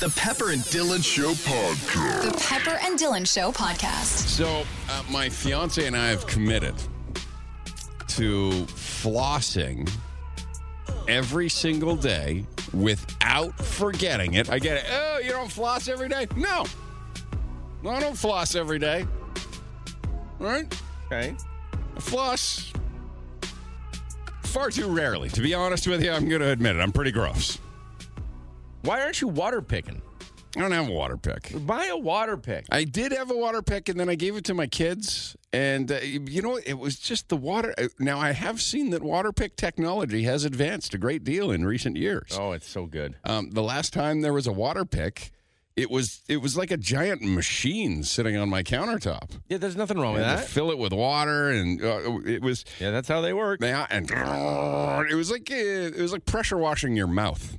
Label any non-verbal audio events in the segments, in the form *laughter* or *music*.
The Pepper and Dylan Show podcast. The Pepper and Dylan Show podcast. So, uh, my fiance and I have committed to flossing every single day without forgetting it. I get it. Oh, you don't floss every day? No. No, I don't floss every day. All right? Okay. I floss far too rarely. To be honest with you, I'm going to admit it. I'm pretty gross. Why aren't you water picking? I don't have a water pick. Buy a water pick. I did have a water pick, and then I gave it to my kids. And uh, you know, it was just the water. uh, Now I have seen that water pick technology has advanced a great deal in recent years. Oh, it's so good. Um, the last time there was a water pick, it was it was like a giant machine sitting on my countertop. Yeah, there's nothing wrong And with to that. fill it with water, and uh, it was Yeah, that's how they work. yeah, and it was like uh, it was like pressure washing your mouth,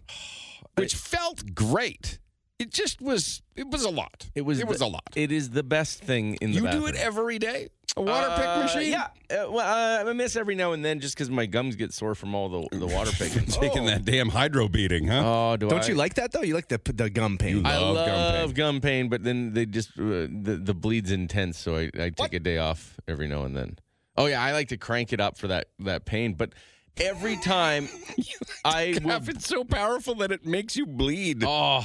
which felt great. It just was. It was a lot. It was a the- lot. It is the best thing in the You do bathroom. it every day? A water Uh, pick machine? Yeah. Uh, well, uh, I miss every now and then just because my gums get sore from all the, the water picking. *laughs* Taking that damn hydro beating, huh? Oh, do Don't I? you like that though? You like the the gum pain. I Love love, gum pain. gum pain, but then they just uh, the the bleed's intense, so I, I take a day off every now and then. Oh yeah, I like to crank it up for that that pain, but every time I *laughs* will If it's so powerful that it makes you bleed. Oh,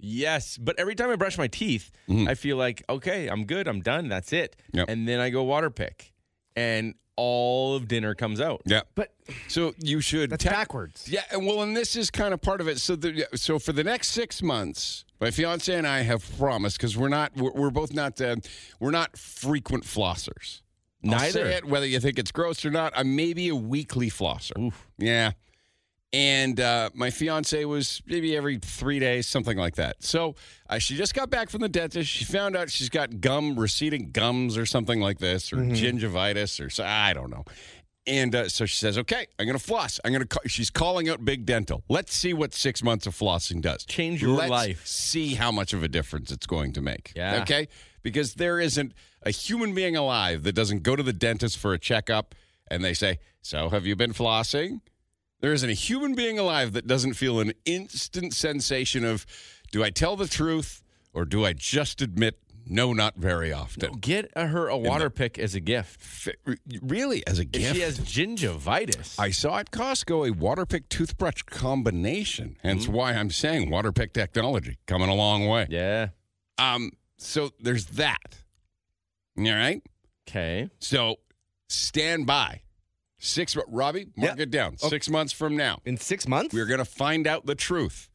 yes. But every time I brush my teeth, I feel like, okay, I'm good. I'm done. That's it. Yep. And then I go water pick, and all of dinner comes out. Yeah. But So you should. that's tec- backwards. Yeah. and Well, and this is kind of part of it. So, the, so for the next six months, my fiance and I have promised because we're not, we're, we're both not, uh, we're not frequent flossers. I'll say Neither. it, whether you think it's gross or not. I'm maybe a weekly flosser. Yeah. And uh, my fiance was maybe every three days, something like that. So uh, she just got back from the dentist. She found out she's got gum, receding gums, or something like this, or Mm-hmm. gingivitis, or so, I don't know. And uh, so she says, "Okay, I'm going to floss. I'm going to." Call, she's calling out Big Dental. Let's see what six months of flossing does. Change your Let's life. See how much of a difference it's going to make. Okay Yeah. okay? Because there isn't a human being alive that doesn't go to the dentist for a checkup and they say, So, have you been flossing? There isn't a human being alive that doesn't feel an instant sensation of, Do I tell the truth or do I just admit no, not very often? Get a- her a water pick as a gift. F- Really, as a If gift. she has gingivitis. I saw at Costco a water pick toothbrush combination, hence why I'm saying water pick technology coming a long way. yeah. Um, so there's that. All right. Okay. So stand by. Six, Robbie, mark Yeah. Oh. it down. Six months from now, In six months, we're going to find out the truth.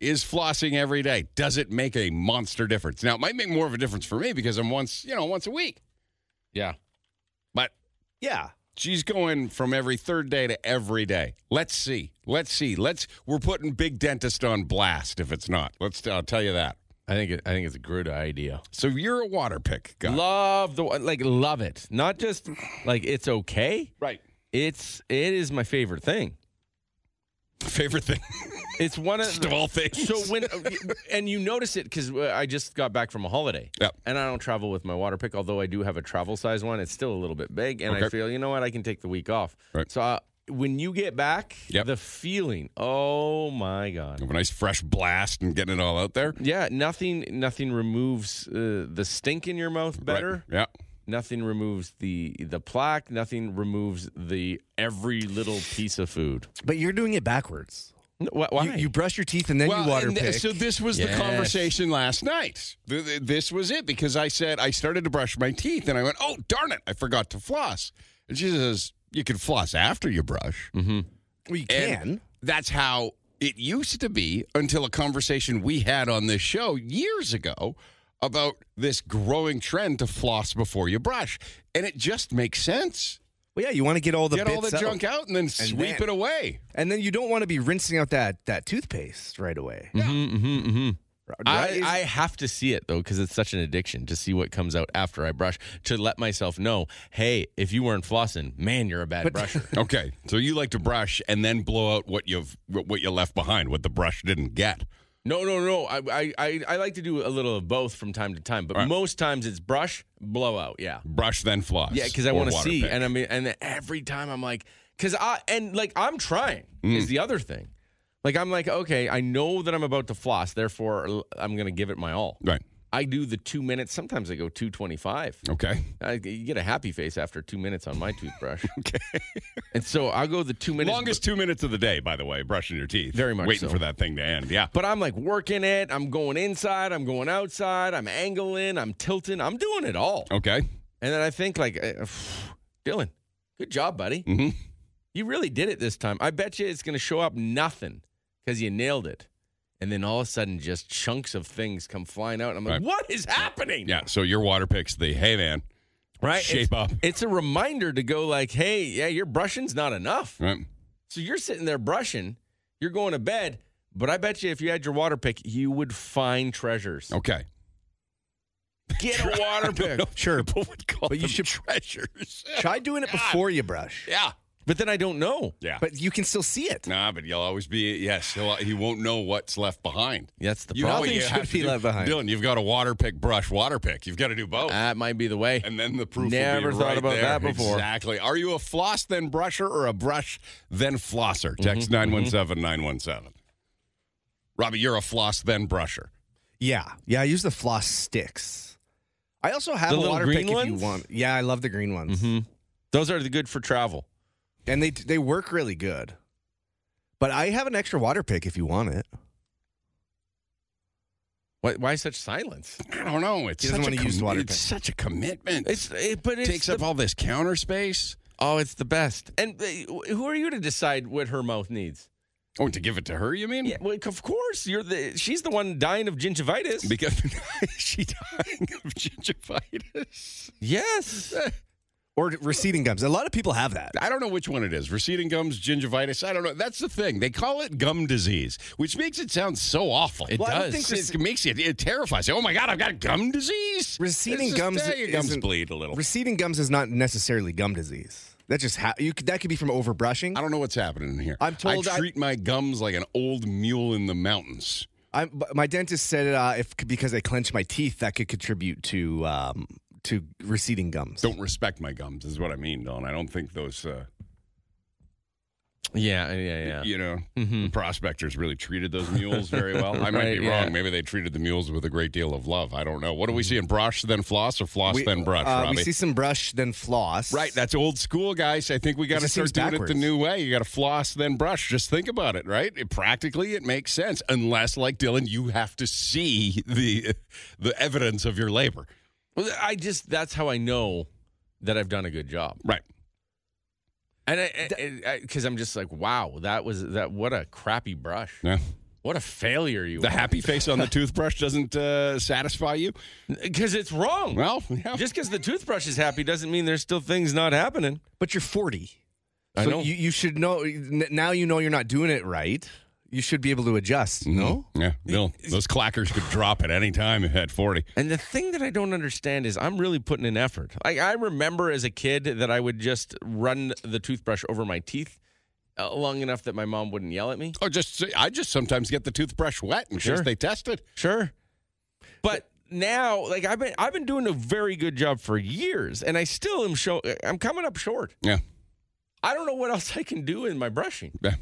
Is flossing every day? Does it make a monster difference? Now, it might make more of a difference for me because I'm once, you know, once a week. Yeah. But yeah. she's going from every third day to every day. Let's see. Let's see. Let's. We're putting Big Dentist on blast if it's not. Let's. I'll tell you that. I think it, I think it's a good idea. So you're a water pick guy, Love the wa- like love it. Not just like it's okay. right? It's it is my favorite thing. Favorite thing *laughs* It's one of of all things. So when and you notice it because I just got back from a holiday. Yep. And I don't travel with my water pick, although I do have a travel size one. It's still a little bit big, and Okay. I feel you know what I can take the week off. Right. So uh, when you get back, Yep. the feeling. Oh my god. have a nice fresh blast and getting it all out there. Yeah. Nothing. Nothing removes uh, the stink in your mouth better. Right. Yeah. Nothing removes the the plaque. Nothing removes the every little piece of food. But you're doing it backwards. N- wh- You, Why? you brush your teeth and then you water and th- pick. So this was the Yes. conversation last night. Th- th- This was it because I said I started to brush my teeth and I went, "Oh darn it, I forgot to floss." And she says, "You can floss after you brush." Mm. well, you And can. that's how it used to be until a conversation we had on this show years ago about this growing trend to floss before you brush, and it just makes sense. Well, yeah, you want to get all the Get all the bits out. junk out and then sweep then- it away. and then you don't want to be rinsing out that that toothpaste right away. mm-hmm, mm-hmm. I, Right? I have to see it though because it's such an addiction to see what comes out after I brush to let myself know, hey, if you weren't flossing, man, you're a bad *laughs* brusher. Okay, so you like to brush and then blow out what you've what you left behind, what the brush didn't get. no, no, no. I, I, I, I like to do a little of both from time to time, but most times it's brush blowout. Yeah, Brush then floss. yeah, because I Or want to water see, pick. Mm. and I mean, and every time I'm like, because I and like I'm trying is the other thing. Like I'm like, okay, I know that I'm about to floss, therefore l- I'm going to give it my all. Right. I do the two minutes. Sometimes I go two twenty-five. Okay. I, you get a happy face after two minutes on my *laughs* toothbrush. okay. And so I'll go the two minutes. Longest two minutes of the day, by the way, brushing your teeth. Very much Waiting so. for that thing to end. Yeah. But I'm like working it. I'm going inside. I'm going outside. I'm angling. I'm tilting. I'm doing it all. Okay. And then I think like, uh, *sighs* Dylan, good job, buddy. Mhm. You really did it this time. I bet you it's going to show up nothing because you nailed it. And then all of a sudden, just chunks of things come flying out. And I'm like, Right. what is happening? Yeah. So your water picks the hey man. Right. Shape it's, up. It's a reminder to go like, hey, yeah, your brushing's not enough. Right. So you're sitting there brushing, you're going to bed, but I bet you if you had your water pick, you would find treasures. Okay. Get *laughs* a water pick. Sure. People would call But you them *laughs* should- treasures. Try doing it before you brush. yeah. But then I don't know. Yeah. But you can still see it. nah, but you'll always be yes. He'll, he won't know what's left behind. That's the You know problem. what Nothing you should have to be do. left behind. Dylan, you've got a water pick, brush, water pick. You've got to do both. That might be the way. and then the proof. Never will be thought right about there. that before. Exactly. Are you a floss then brusher or a brush then flosser? Mm-hmm, Text nine one seven nine one seven. Robbie, you're a floss then brusher. Yeah. Yeah. I use the floss sticks. I also have The a little water green pick if you ones? Mm-hmm. want. Yeah, I love the green ones. Those are the good for travel. And they they work really good. But I have an extra water pick if you want it. Why, why such silence? I don't know. It's He doesn't such a wanna use the water it's pick. such a commitment. It's it, but it it's takes the, up all this counter space. oh, it's the best. And uh, who are you to decide what her mouth needs? Oh, to give it to her, you mean? Yeah, well, of course you're the. She's the one dying of gingivitis. Because *laughs* she dying of gingivitis. *laughs* yes. Or receding gums. A lot of people have that. I don't know which one it is. Receding gums, gingivitis. I don't know. That's the thing. They call it gum disease, which makes it sound so awful. It Well, I don't does. think It makes you. It terrifies you. Oh my god, I've got gum disease. Receding It's just, gums eh, your gums isn't- bleed a little. Receding gums is not necessarily gum disease. That just ha- you could, that could be from overbrushing. I don't know what's happening in here. I'm told I I- treat my gums like an old mule in the mountains. I'm, but my dentist said uh, if because I clench my teeth, that could contribute to um, to receding gums. Don't respect my gums is what I mean, Don. I don't think those. Uh, Yeah. Yeah. Yeah. Mm-hmm. you know, the prospectors really treated those mules very well. I might Right, be yeah. Mm-hmm. wrong. Maybe they treated the mules with a great deal of love. I don't know. What do we see in brush then floss or floss We- then brush, uh, Robbie? we see some brush, then floss. right, that's old school, guys. I think we got to just start seems doing it backwards. the new way. You got to floss then brush. Just think about it, right? It, practically, it makes sense, unless, like Dylan, you have to see the the evidence of your labor. Well, I just that's how I know that I've done a good job. Right. And I, because I'm just like, wow, that was that. What a crappy brush. Yeah. What a failure you. The happy face on the toothbrush doesn't uh, satisfy you. Because it's wrong. Well, yeah. just because the toothbrush is happy doesn't mean there's still things not happening. but you're 40. I so know. You, you should know n- now. You know you're not doing it right. You should be able to adjust. Mm-hmm. No, yeah, no, those clackers could drop at any time at forty. And the thing that I don't understand is I'm really putting in effort. Like I remember as a kid that I would just run the toothbrush over my teeth uh, long enough that my mom wouldn't yell at me. Oh, just I just sometimes get the toothbrush wet and Sure. just they test it. Sure. But now, like I've been, I've been doing a very good job for years, and I still am show. I'm coming up short. Yeah, I don't know what else I can do in my brushing. yeah.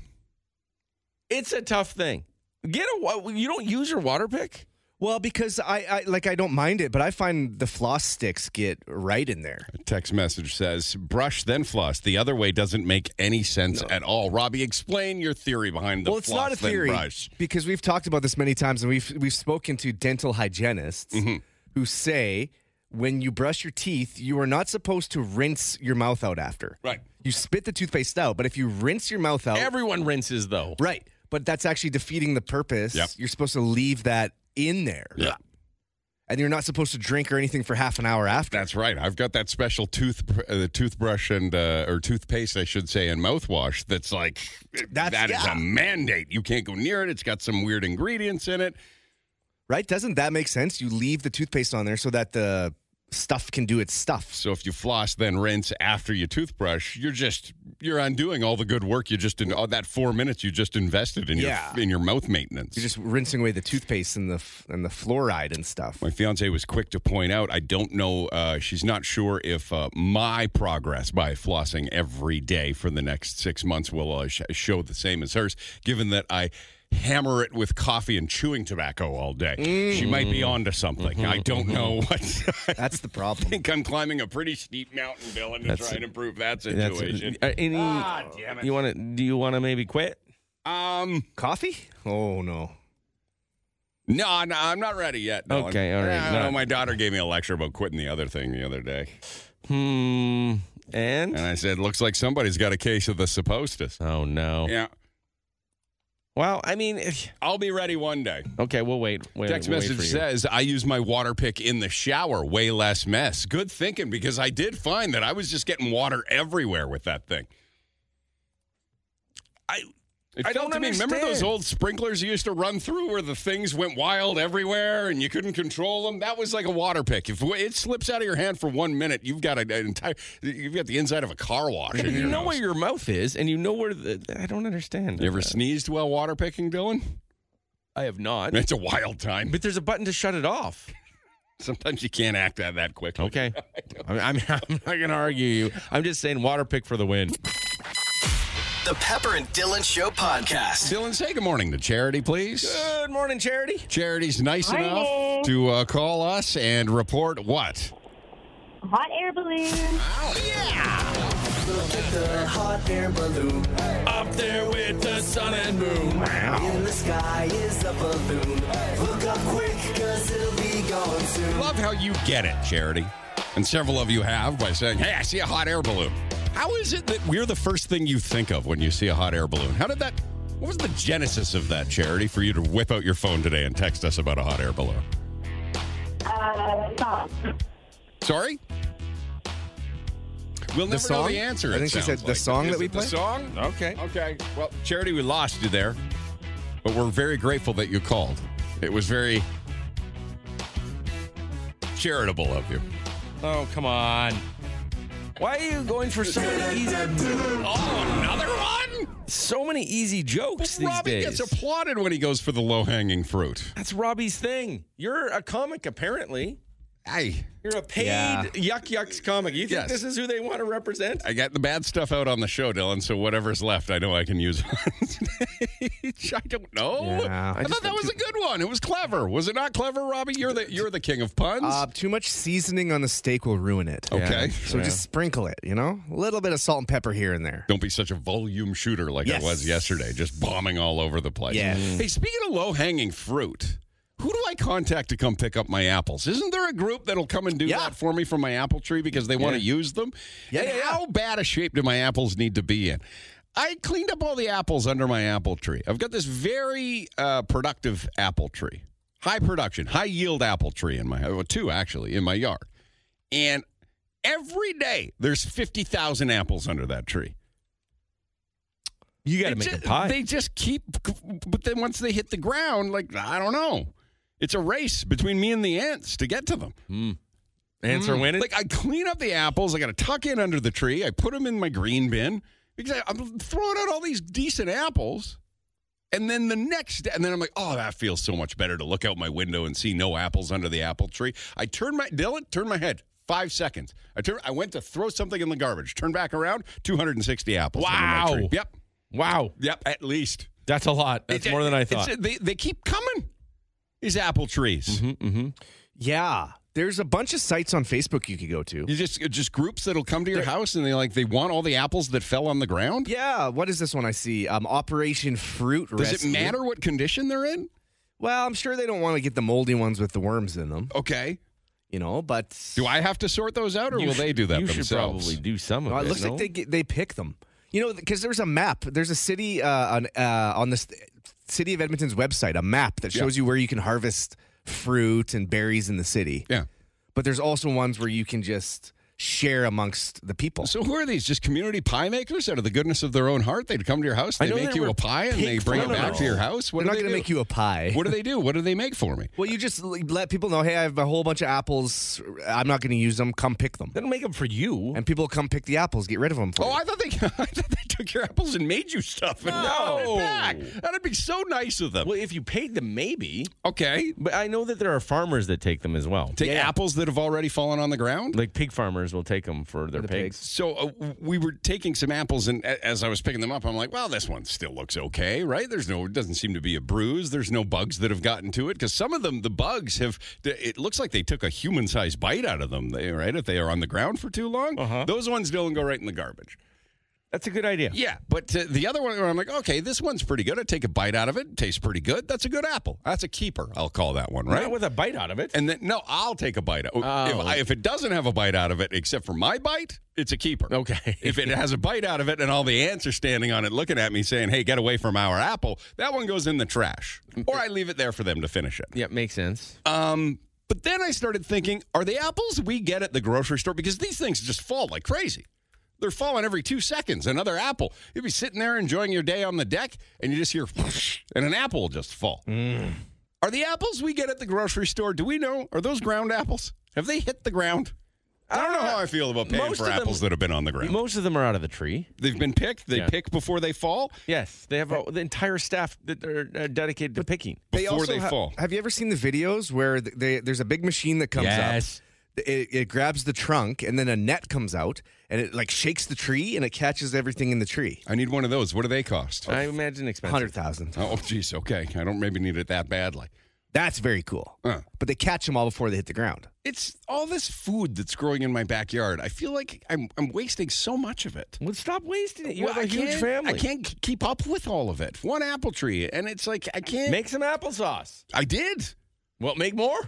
It's a tough thing. Get a wa- you don't use your water pick. Well, because I, I like I don't mind it, but I find the floss sticks get right in there. A text message says brush then floss. The other way doesn't make any sense at all. Robbie, explain your theory behind the well, it's floss not a then theory brush. because we've talked about this many times, and we've we've spoken to dental hygienists Mm-hmm. who say when you brush your teeth, you are not supposed to rinse your mouth out after. Right. You spit the toothpaste out, but if you rinse your mouth Oh. out, Everyone rinses though. right, but that's actually defeating the purpose. Yep. You're supposed to leave that in there. Yeah. And you're not supposed to drink or anything for half an hour after. That's right. I've got that special tooth, uh, the toothbrush and uh, or toothpaste, I should say, and mouthwash. That's like That's- that is yeah. a mandate. You can't go near it. It's got some weird ingredients in it. Right? Doesn't that make sense? You leave the toothpaste on there so that the stuff can do its stuff. So if you floss then rinse after your toothbrush, you're just you're undoing all the good work you just in all that four minutes you just invested in Yeah. your in your mouth maintenance. You're just rinsing away the toothpaste and the f- and the fluoride and stuff. my fiance was quick to point out. I don't know. Uh, she's not sure if uh, my progress by flossing every day for the next six months will uh, sh- show the same as hers, given that I hammer it with coffee and chewing tobacco all day. Mm. She might be onto something. Mm-hmm, I don't know *laughs* what. That's the I *laughs* problem. think I'm climbing a pretty steep mountain, Dylan, to That's- try and improve that That's situation. uh, any. Ah, damn it. You want to? Do you want to maybe quit? um, Coffee? Oh no. no, no, I'm not ready yet. Dylan. Okay, all right, I no. know my daughter gave me a lecture about quitting the other thing the other day, Hmm. and And I said, "Looks like somebody's got a case of the suppostus." oh no. Yeah, Well, I mean, if- I'll be ready one day. okay, we'll wait. wait Text we'll wait message for you. says, I use my water pick in the shower. Way less mess. Good thinking because I did find that I was just getting water everywhere with that thing. I. It I felt don't to me, remember those understand. old sprinklers you used to run through where the things went wild everywhere and you couldn't control them? That was like a water pick. If it slips out of your hand for one minute, you've got a- an entire, you've got the inside of a car wash. in You your know where house. your mouth is, and you know where the. I don't understand. Uh, You ever sneezed while water picking, *laughs* Dylan? I have not. It's a wild time. But there's a button to shut it *laughs* off. Sometimes you can't act that that quickly. Okay. I'm, I'm, *laughs* I'm not going to argue you. I'm just saying water pick for the win. The Pepper and Dylan Show Podcast. Dylan, say good morning to Charity, please. Good morning, Charity. Charity's nice Morning. enough to uh, call us and report what? Hot air balloon. The hot air balloon Up there with the sun and moon. in the sky is a balloon. Look up quick, cause it'll be going soon. Love how you get it, Charity. And several of you have by saying, hey, I see a hot air balloon. How is it that we're the first thing you think of when you see a hot air balloon? How did that, what was the genesis of that, Charity, for you to whip out your phone today and text us about a hot air balloon? Uh, song. Sorry? We'll never know song? the answer. I it think she sounds said the like. song Is that we it the play? song? Okay. Okay. Well, Charity, we lost you there, but we're very grateful that you called. It was very charitable of you. Oh, come on. Why are you going for so many easy, Oh, another one? so many easy jokes these Robbie days? gets applauded when he goes for the low hanging fruit. That's Robbie's thing. You're a comic, apparently. I, You're a paid Yeah. yuck yucks comic. You think Yes. this is who they want to represent? I got the bad stuff out on the show, Dylan, so whatever's left, I know I can use *laughs* on stage. I don't know. Yeah, I, I thought just that was a good one. It was clever. Was it not clever, Robbie? You're the you're the king of puns. Uh, too much seasoning on the steak will ruin it. okay. So just sprinkle it, you know? A little bit of salt and pepper here and there. Don't be such a volume shooter like Yes. I was yesterday, just bombing all over the place. Mm. Yes. Hey, speaking of low hanging fruit, who do I contact to come pick up my apples? Isn't there a group that'll come and do Yeah. that for me from my apple tree because they want to use them? Yeah, and yeah, yeah. how bad a shape do my apples need to be in? I cleaned up all the apples under my apple tree. I've got this very uh, productive apple tree, high production, high yield apple tree in my well, two actually in my yard, and every day there's fifty thousand apples under that tree. You got to They make a ju- pie. They just keep, but then once they hit the ground, like I don't know, it's a race between me and the ants to get to them. Answer winning. Like I clean up the apples, I got to tuck in under the tree, I put them in my green bin because I, I'm throwing out all these decent apples. And then the next day, and then I'm like, oh, that feels so much better to look out my window and see no apples under the apple tree. I turn my Dylan, turn my head. Five seconds. I turn. I went to throw something in the garbage. Turn back around. Two hundred and sixty apples. under my Wow. tree. Yep. wow. Yep. At least. That's a lot. That's It- more than I it's- thought. Mm-hmm. they, they keep coming. These apple trees. Yeah. There's a bunch of sites on Facebook you could go to. You just just groups that'll come to your house and they like they want all the apples that fell on the ground. Yeah, what is this one I see? Um, Operation Fruit Does Rescue. it matter what condition they're in? Well, I'm sure they don't want to get the moldy ones with the worms in them, Okay. you know. But Do I have to sort those out, or will You they should- do that you themselves? should probably do some of Well, it. Oh, it looks no? like they get, they pick them. You know, because there's a map. There's a city uh, on uh, on the st- city of Edmonton's website, a map that Yeah. shows you where you can harvest fruit and berries in the city. Yeah. But there's also ones where you can just share amongst the people. So who are these? Just community pie makers out of the goodness of their own heart? They'd come to your house, I they know make they you were a pie, and they pink bring it flannel. back to your house. What They're not do they going to make do? you a pie. What do they do? What do they make for *laughs* me? well, you just l- let people know, hey, I have a whole bunch of apples. I'm not going to use them. Come pick them. That'll make them for you. And people come pick the apples, get rid of them for Oh, you. I thought they *laughs* I thought they took your apples and made you stuff and brought it No. back. That'd be so nice of them. well, if you paid them, maybe. Okay, But I know that there are farmers that take them as well. Take apples that have already fallen on the ground? like pig farmers farmers will take them for their pigs. So uh, w- we were taking some apples, and a- as I was picking them up, I'm like, "Well, this one still looks okay, right? There's no, it doesn't seem to be a bruise. There's no bugs that have gotten to it because some of them, the bugs have. It looks like they took a human-sized bite out of them, they, right? If they are on the ground for too long, those ones don't go right in the garbage. That's a good idea. Yeah, but uh, the other one, I'm like, okay, this one's pretty good. I take a bite out of it. Tastes pretty good. That's a good apple. That's a keeper. I'll call that one, right? Not with a bite out of it. And then no, I'll take a bite. If, I, if it doesn't have a bite out of it, except for my bite, it's a keeper. Okay. *laughs* if it has a bite out of it, and all the ants are standing on it, looking at me, saying, "Hey, get away from our apple," that one goes in the trash, or I leave it there for them to finish it. yeah, makes sense. Um, but then I started thinking, are the apples we get at the grocery store? Because these things just fall like crazy. They're falling every two seconds. Another apple. You'd be sitting there enjoying your day on the deck, and you just hear, whoosh, and an apple will just fall. Mm. Are the apples we get at the grocery store? Do we know? Are those ground apples? Have they hit the ground? I don't know how I feel about paying Uh, most for of them- apples that have been on the ground. Most of them are out of the tree. They've been picked. They Yeah. pick before they fall. Yes, they have a, the entire staff that are uh, dedicated to picking. Before they ha- fall. Have you ever seen the videos where th- they, there's a big machine that comes Yes. up? It, it grabs the trunk and then a net comes out and it like shakes the tree and it catches everything in the tree. I need one of those. What do they cost? I imagine expensive. Hundred thousand. oh, geez. Okay. I don't maybe need it that badly. That's very cool. Huh. But they catch them all before they hit the ground. it's all this food that's growing in my backyard. I feel like I'm I'm wasting so much of it. Well, stop wasting it. You Well, have a I huge can't- family. I can't k- keep up with all of it. One apple tree, and it's like I can't. make some applesauce. I did. *laughs* Well, make more.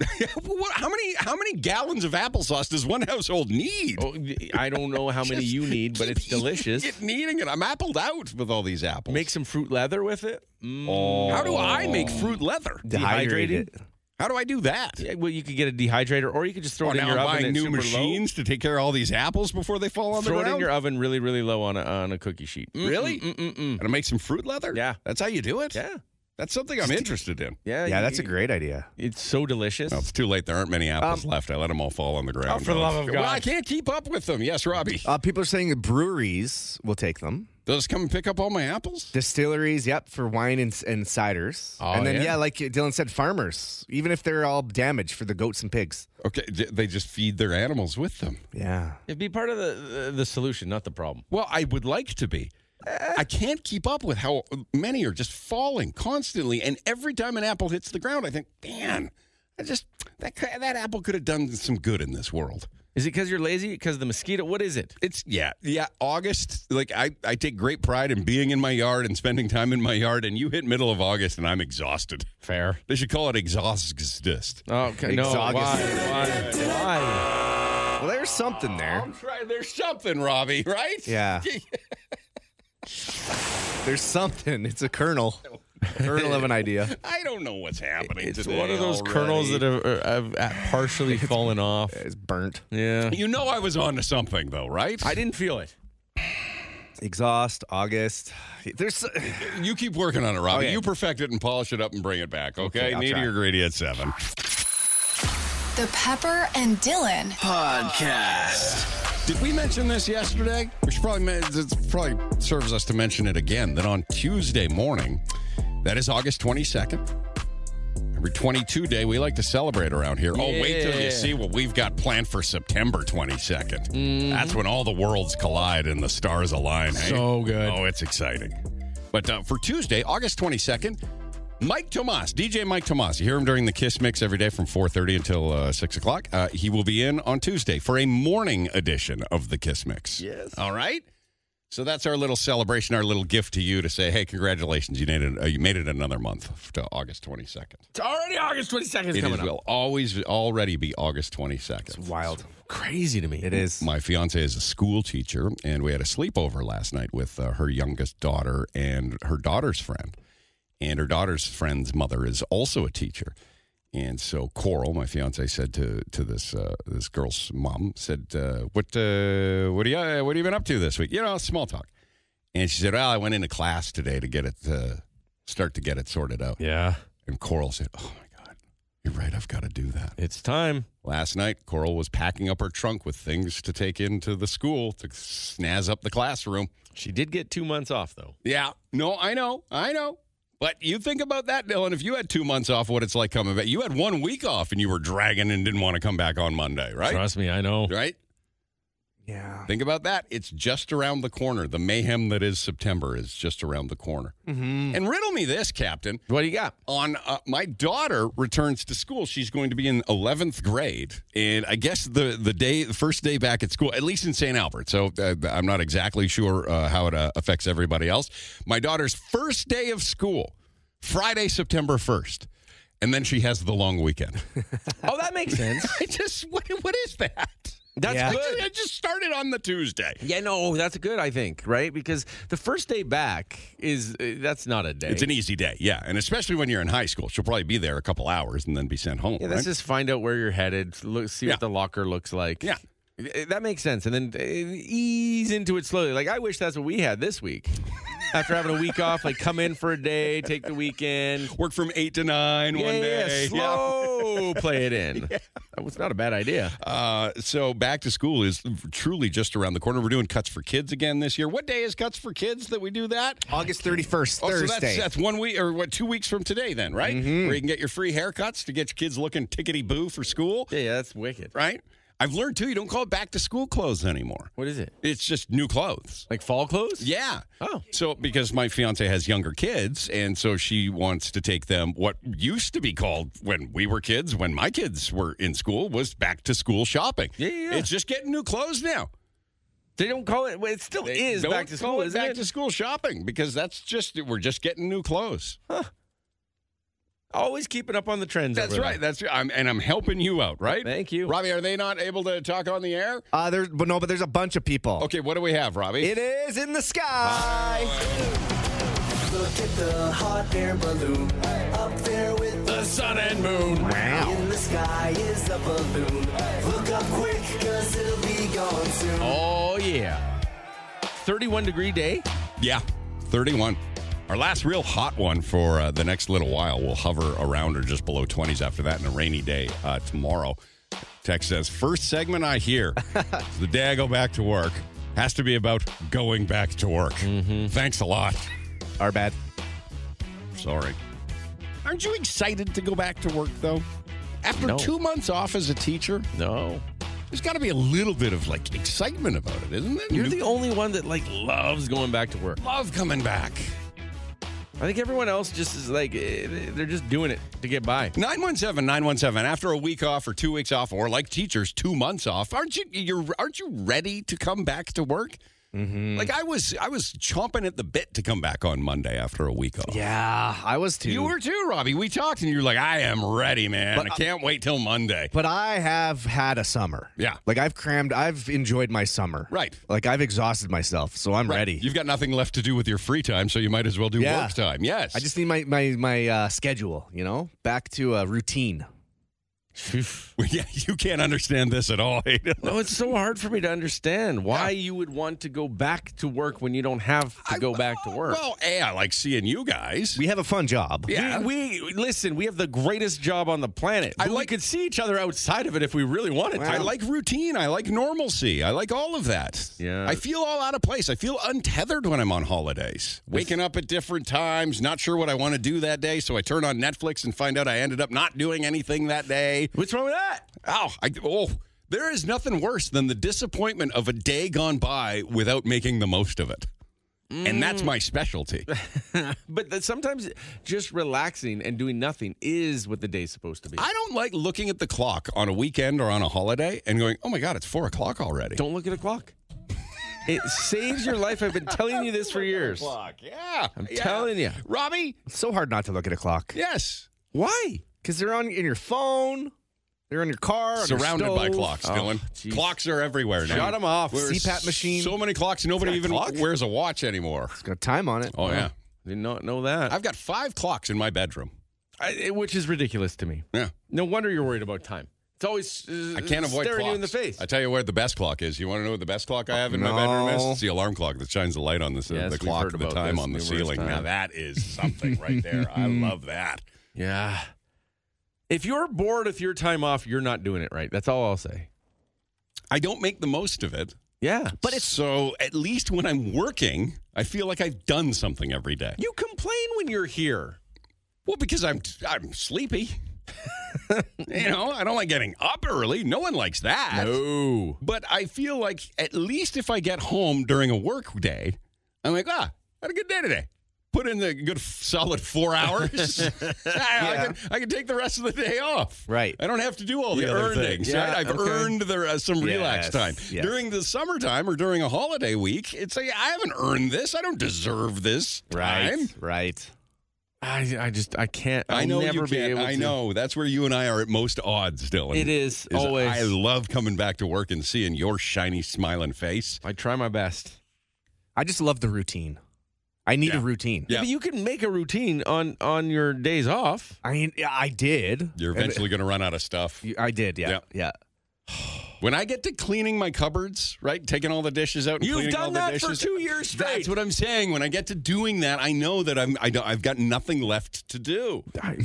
what, how many how many gallons of applesauce does one *laughs* household need? Oh, I don't know how many Just you need, but keep *laughs* it's delicious. eating it, needing it. I'm appled out with all these apples. Make some fruit leather with it. Mm. how do I make fruit leather? Dehydrate Dehydrated? it. How do I do that? Yeah, well, you could get a dehydrator, or you could just throw Oh, it in now your I'm oven. buying at new super low. machines to take care of all these apples before they fall on Throw the it ground. in your oven really, really low on a, on a cookie sheet. Mm, Really? mm, mm, mm, mm. and I make some fruit leather. Yeah. that's how you do it. Yeah, that's something I'm interested in. yeah, Yeah, you- that's a great Oh. idea. It's so delicious. No, it's too late. There aren't many apples left. I let them all fall on the ground. Um, Oh, for the love of Well, God. I can't keep up with them. Yes, Robbie. Uh, people are saying that breweries will take them. Does come and pick up all my apples? Distilleries, yep, for wine and, and ciders. Oh, and then, yeah. yeah, like Dylan said, farmers, even if they're all damaged for the goats and pigs. Okay, d- they just feed their animals with them. Yeah. It'd be part of the, the the solution, not the problem. Well, I would like to be. Eh. I can't keep up with how many are just falling constantly. And every time an apple hits the ground, I think, man, I just that c- that apple could have done some good in this world. Is it because you're lazy? Because the mosquito? What is it? It's yeah, yeah. August, like I, I take great pride in being in my yard and spending time in my yard. And you hit middle of August, and I'm exhausted. Fair. They should call it exhaust. Oh okay, no! Why? Exogus. Why? Why? Well, there's something there. Right, there's something, Robbie, right? *laughs* Yeah. There's something. It's a kernel. kernel *laughs* of an idea. I don't know what's happening It's today one of those already. kernels that have, uh, have partially fallen off. It's burnt. Yeah. You know I was onto something, though, right? *laughs* I didn't feel it. Exhaust, August. There's uh, You keep working on it, Robbie. Oh, Okay. You perfect it and polish it up and bring it back, okay? Okay, I'll Need try. your greedy at 7. The Pepper and Dylan Podcast. Did we mention this yesterday? We should probably men- it probably serves us to mention it again that on Tuesday morning, that is August 22nd. Every 22 day, we like to celebrate around here. Oh, wait till Yeah. you see what we've got planned for September 22nd. That's when all the worlds collide and the stars align. hey? So good. Oh, it's exciting. But uh, for Tuesday, August 22nd, Mike Tomas, DJ Mike Tomas. You hear him during the Kiss Mix every day from 4.30 until uh, 6 o'clock. Uh, he will be in on Tuesday for a morning edition of the Kiss Mix. Yes. All right? So that's our little celebration, our little gift to you to say, hey, congratulations, you made it, uh, you made it another month to August 22nd. It's already August 22nd It is, will always already be August 22nd. wild. Crazy to me. It is. My fiance is a school teacher, and we had a sleepover last night with uh, her youngest daughter and her daughter's friend. And her daughter's friend's mother is also a teacher. And so Coral, my fiance, said to to this uh, this girl's mom, said, uh, "What uh, what do you uh, what have you been up to this week? You know, small talk." And she said, "Well, I went into class today to get it uh, start to get it sorted out." Yeah. And Coral said, "Oh my God, you're right. I've got to do that." It's time. Last night, Coral was packing up her trunk with things to take into the school to snazz up the classroom. She did get two months off, though. Yeah. No, I know. I know. But you think about that, Dylan. If you had two months off, what it's like coming back. You had one week off and you were dragging and didn't want to come back on Monday, right? Trust me, I know. Right? Yeah. Think about that. It's just around the corner. The mayhem that is September is just around the corner. And riddle me this, Captain. What do you got? On uh, my daughter returns to school. She's going to be in 11th grade, and I guess the the day the first day back at school, at least in St. Albert. So uh, I'm not exactly sure uh, how it uh, affects everybody else. My daughter's first day of school, Friday, September 1st, and then she has the long *laughs* weekend. Oh, that makes sense. I just what, what is that? That's Yeah. I good. just- I just started on the Tuesday. Yeah, no, that's good. I think right because the first day back is uh, that's not a day. It's an easy day, yeah, and especially when you're in high school, she'll probably be there a couple hours and then be sent home. yeah, let's right? just find out where you're headed. Look, see Yeah. what the locker looks like. Yeah. Uh, that makes sense, and then uh, ease into it slowly. Like I wish that's what we had this week. *laughs* After having a week off, like come in for a day, take the weekend. work from eight to nine Yeah, one day. yeah, slow play it in. That was not a bad idea. Uh, so back to school is truly just around the corner. We're doing cuts for kids again this year. What day is cuts for kids that we do that? August 31st, Oh, so Thursday. that's, that's one week or what? Two weeks from today, then, right? Where you can get your free haircuts to get your kids looking tickety boo for school, Yeah, yeah, that's wicked. right? I've learned too. You don't call it back to school clothes anymore. What is it? It's just new clothes. Like fall clothes? Yeah. Oh. So because my fiance has younger kids, and so she wants to take them what used to be called when we were kids, when my kids were in school, was back to school shopping. Yeah, yeah, yeah. It's just getting new clothes now. They don't call it. Well, it still is Don't back to call school. it Isn't back it? to school shopping because that's just we're just getting new clothes. Always keeping up on the trends. That's over there. right. That's I'm, and I'm helping you out, right? Thank you. Robbie. Are they not able to talk on the air? uh, there, but no, but there's a bunch of people. Okay, what do we have, Robbie? It is in the sky. Look at the hot air balloon up there with the sun and moon. Wow. In the sky is a balloon. Look up quick, cause it'll be gone soon. Oh yeah. Thirty-one degree day. Yeah, 31. Our last real hot one for uh, the next little while will hover around or just below 20s after that, and a rainy day uh, tomorrow. Text says, first segment I *laughs* hear is the day I go back to work has to be about going back to work. Mm-hmm. Thanks a lot. Our bad. Sorry. Aren't you excited to go back to work, though? After No. two months off as a teacher, No. there's got to be a little bit of like excitement about it, isn't there? You're New- the only one that like loves going back to work. love coming back. I think everyone else just is like eh, they're just doing it to get by. 917 917 after a week off or two weeks off or like teachers 2 months off aren't you you're aren't you ready to come back to work like I was I was chomping at the bit to come back on Monday after a week off Yeah, I was too. you were too Robbie we talked and you were like I am ready man I can't wait till Monday But I have had a summer. Yeah. Like I've crammed, I've enjoyed my summer. Right. Like I've exhausted myself, so I'm ready. you've got nothing left to do with your free time so you might as well do Yeah. work time yes I just need my my my uh, schedule, you know, back to a routine. *laughs* yeah you can't understand this at all Hayden. No, it's so hard for me to understand why you would want to go back to work when you don't have to go back to work. well hey I like seeing you guys We have a fun job. yeah We, we listen. We have the greatest job on the planet. I But we like- could see each other outside of it if we really wanted to. I like routine. I like normalcy. I like all of that. Yeah. I feel all out of place. I feel untethered when I'm on holidays. Waking up at different times, not sure what I want to do that day, so I turn on Netflix and find out I ended up not doing anything that day. What's wrong with that? *laughs* Ow! I, oh, there is nothing worse than the disappointment of a day gone by without making the most of it. And Mm. that's my specialty. But that sometimes just relaxing and doing nothing is what the day's supposed to be. I don't like looking at the clock on a weekend or on a holiday and going, "Oh my God, it's four o'clock already." Don't look at a clock. It saves your life. I've been telling you this for years. clock. Yeah, I'm telling you. Robbie. It's so hard not to look at a clock Yes. Why? because they're on in your phone, they're on your car, on your Surrounded by stove. clocks, Oh, Dylan. jeez. Clocks are everywhere now. Shut 'em off. There's CPAP machine. So many clocks, nobody even clock? wears a watch anymore. It's got time on it. Oh, yeah. Did not know that. I've got five clocks in my bedroom. I, which is ridiculous to me. Yeah. No wonder you're worried about time. It's always uh, I can't avoid staring clocks. you in the face. I tell you where the best clock is. You want to know what the best clock I have in No. my bedroom is? It's the alarm clock that shines the light on the, Yes, the we've clock, heard the about time this on the numerous ceiling. Now times. Hmm. that is something right there. *laughs* I love that. yeah. If you're bored with your time off, you're not doing it right. That's all I'll say. I don't make the most of it. Yeah. But it's so at least when I'm working, I feel like I've done something every day. you complain when you're here. Well, because I'm I'm sleepy. *laughs* you know, I don't like getting up early. No one likes that. No. But I feel like at least if I get home during a work day, I'm like, ah, had a good day today. Put in the good f- solid four hours. *laughs* I, I, can, I can take the rest of the day off. Right. I don't have to do all the The other other thing. things. Yeah, right? I've okay. earned the, uh, some relax Yes, time. yes. During the summertime or during a holiday week, it's like, I haven't earned this. I don't deserve this Right. time. Right. I, I just I can't. I'll I know never you be can't. able. I to- know. That's where you and I are at most odds, Dylan. It is, is always. I love coming back to work and seeing your shiny, smiling face. I try my best. I just love the routine. I need Yeah. a routine. Yeah. but you can make a routine on on your days off. I mean, yeah, I did. You're And- eventually going to run out of stuff. You- I did. Yeah. Yeah. Yeah. When I get to cleaning my cupboards, right, taking all the dishes out, and cleaning all the dishes, years That's what I'm saying. When I get to doing that, I know that I'm I don't, I've got nothing left to do. *laughs*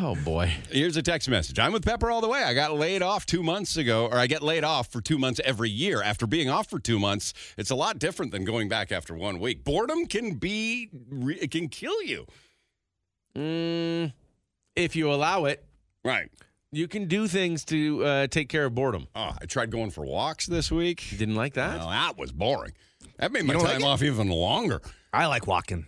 oh boy. Here's a text message. I'm with Pepper all the way. I got laid off two months ago, or I get laid off for two months every year. After being off for two months, it's a lot different than going back after one week. Boredom can be, re- it can kill you. Mm, if you allow it, Right. you can do things to uh, take care of boredom. Oh, I tried going for walks this week. Didn't like that. Well, that was boring. That made my don't time like it? off even longer. I like walking.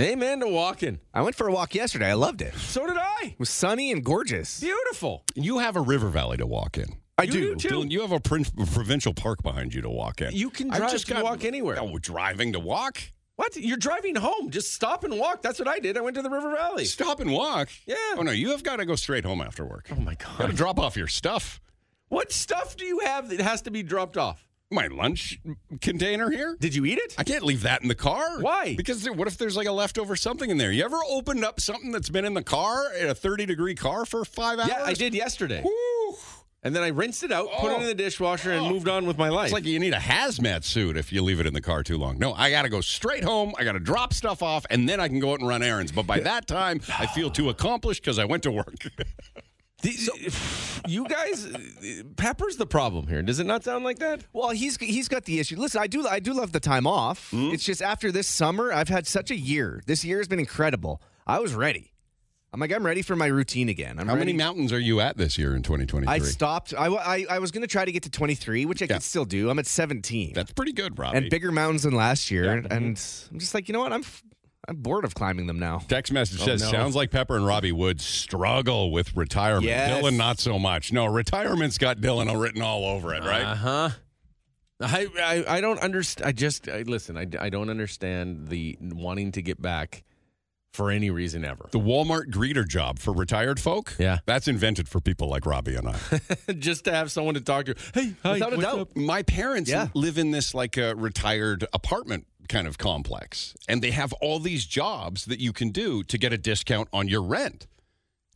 Amen to walking. I went for a walk yesterday. I loved it. It So did I. was sunny and gorgeous. Beautiful. You have a river valley to walk in. I You do. do too. Dylan, you have a prin- provincial park behind you to walk in. You can I've drive to walk anywhere. Oh, driving to walk? What? You're driving home. Just stop and walk. That's what I did. I went to the River Valley. Stop and walk? Yeah. Oh, no, you have got to go straight home after work. Oh my Got to god. drop off your stuff. What stuff do you have that has to be dropped off? my lunch container here. Did you eat it? I can't leave that in the car. Why? Because there- what if there's like a leftover something in there? You ever opened up something that's been in the car in a 30 degree car for five hours? yeah, I did yesterday. Woo. And then I rinsed it out, put it in the dishwasher, and moved on with my life. Oh. It's like you need a hazmat suit if you leave it in the car too long. No, I got to go straight home. I got to drop stuff off, and then I can go out and run errands. But by that time, I feel too accomplished because I went to work. *laughs* The- *sighs* you guys, Pepper's the problem here. Does it not sound like that? Well, he's he's got the issue. Listen, I do I do love the time off. Mm-hmm. It's just after this summer, I've had such a year. This year has been incredible. I was ready. I'm like I'm ready for my routine again. I'm How ready. many mountains are you at this year in 2023? I stopped. I, wa- I, I was going to try to get to 23, which I Yeah. could still do. I'm at 17. That's pretty good, Robbie. and bigger mountains than last year. And I'm just like, you know what? I'm f- I'm bored of climbing them now. Text message Oh, says, no. sounds like Pepper and Robbie would struggle with retirement. Yes. Dylan, not so much. No, retirement's got Dylan all written all over it, Uh-huh. right? Uh huh. I, I I don't understand. I just I, listen. I, I don't understand the wanting to get back for any reason ever. the Walmart greeter job for retired folk? Yeah. That's invented for people like Robbie *laughs* and I. *laughs* just to have someone to talk to. Hey, hi, Without a what's doubt. up? My parents Yeah. live in this like a retired apartment kind of complex, and they have all these jobs that you can do to get a discount on your rent.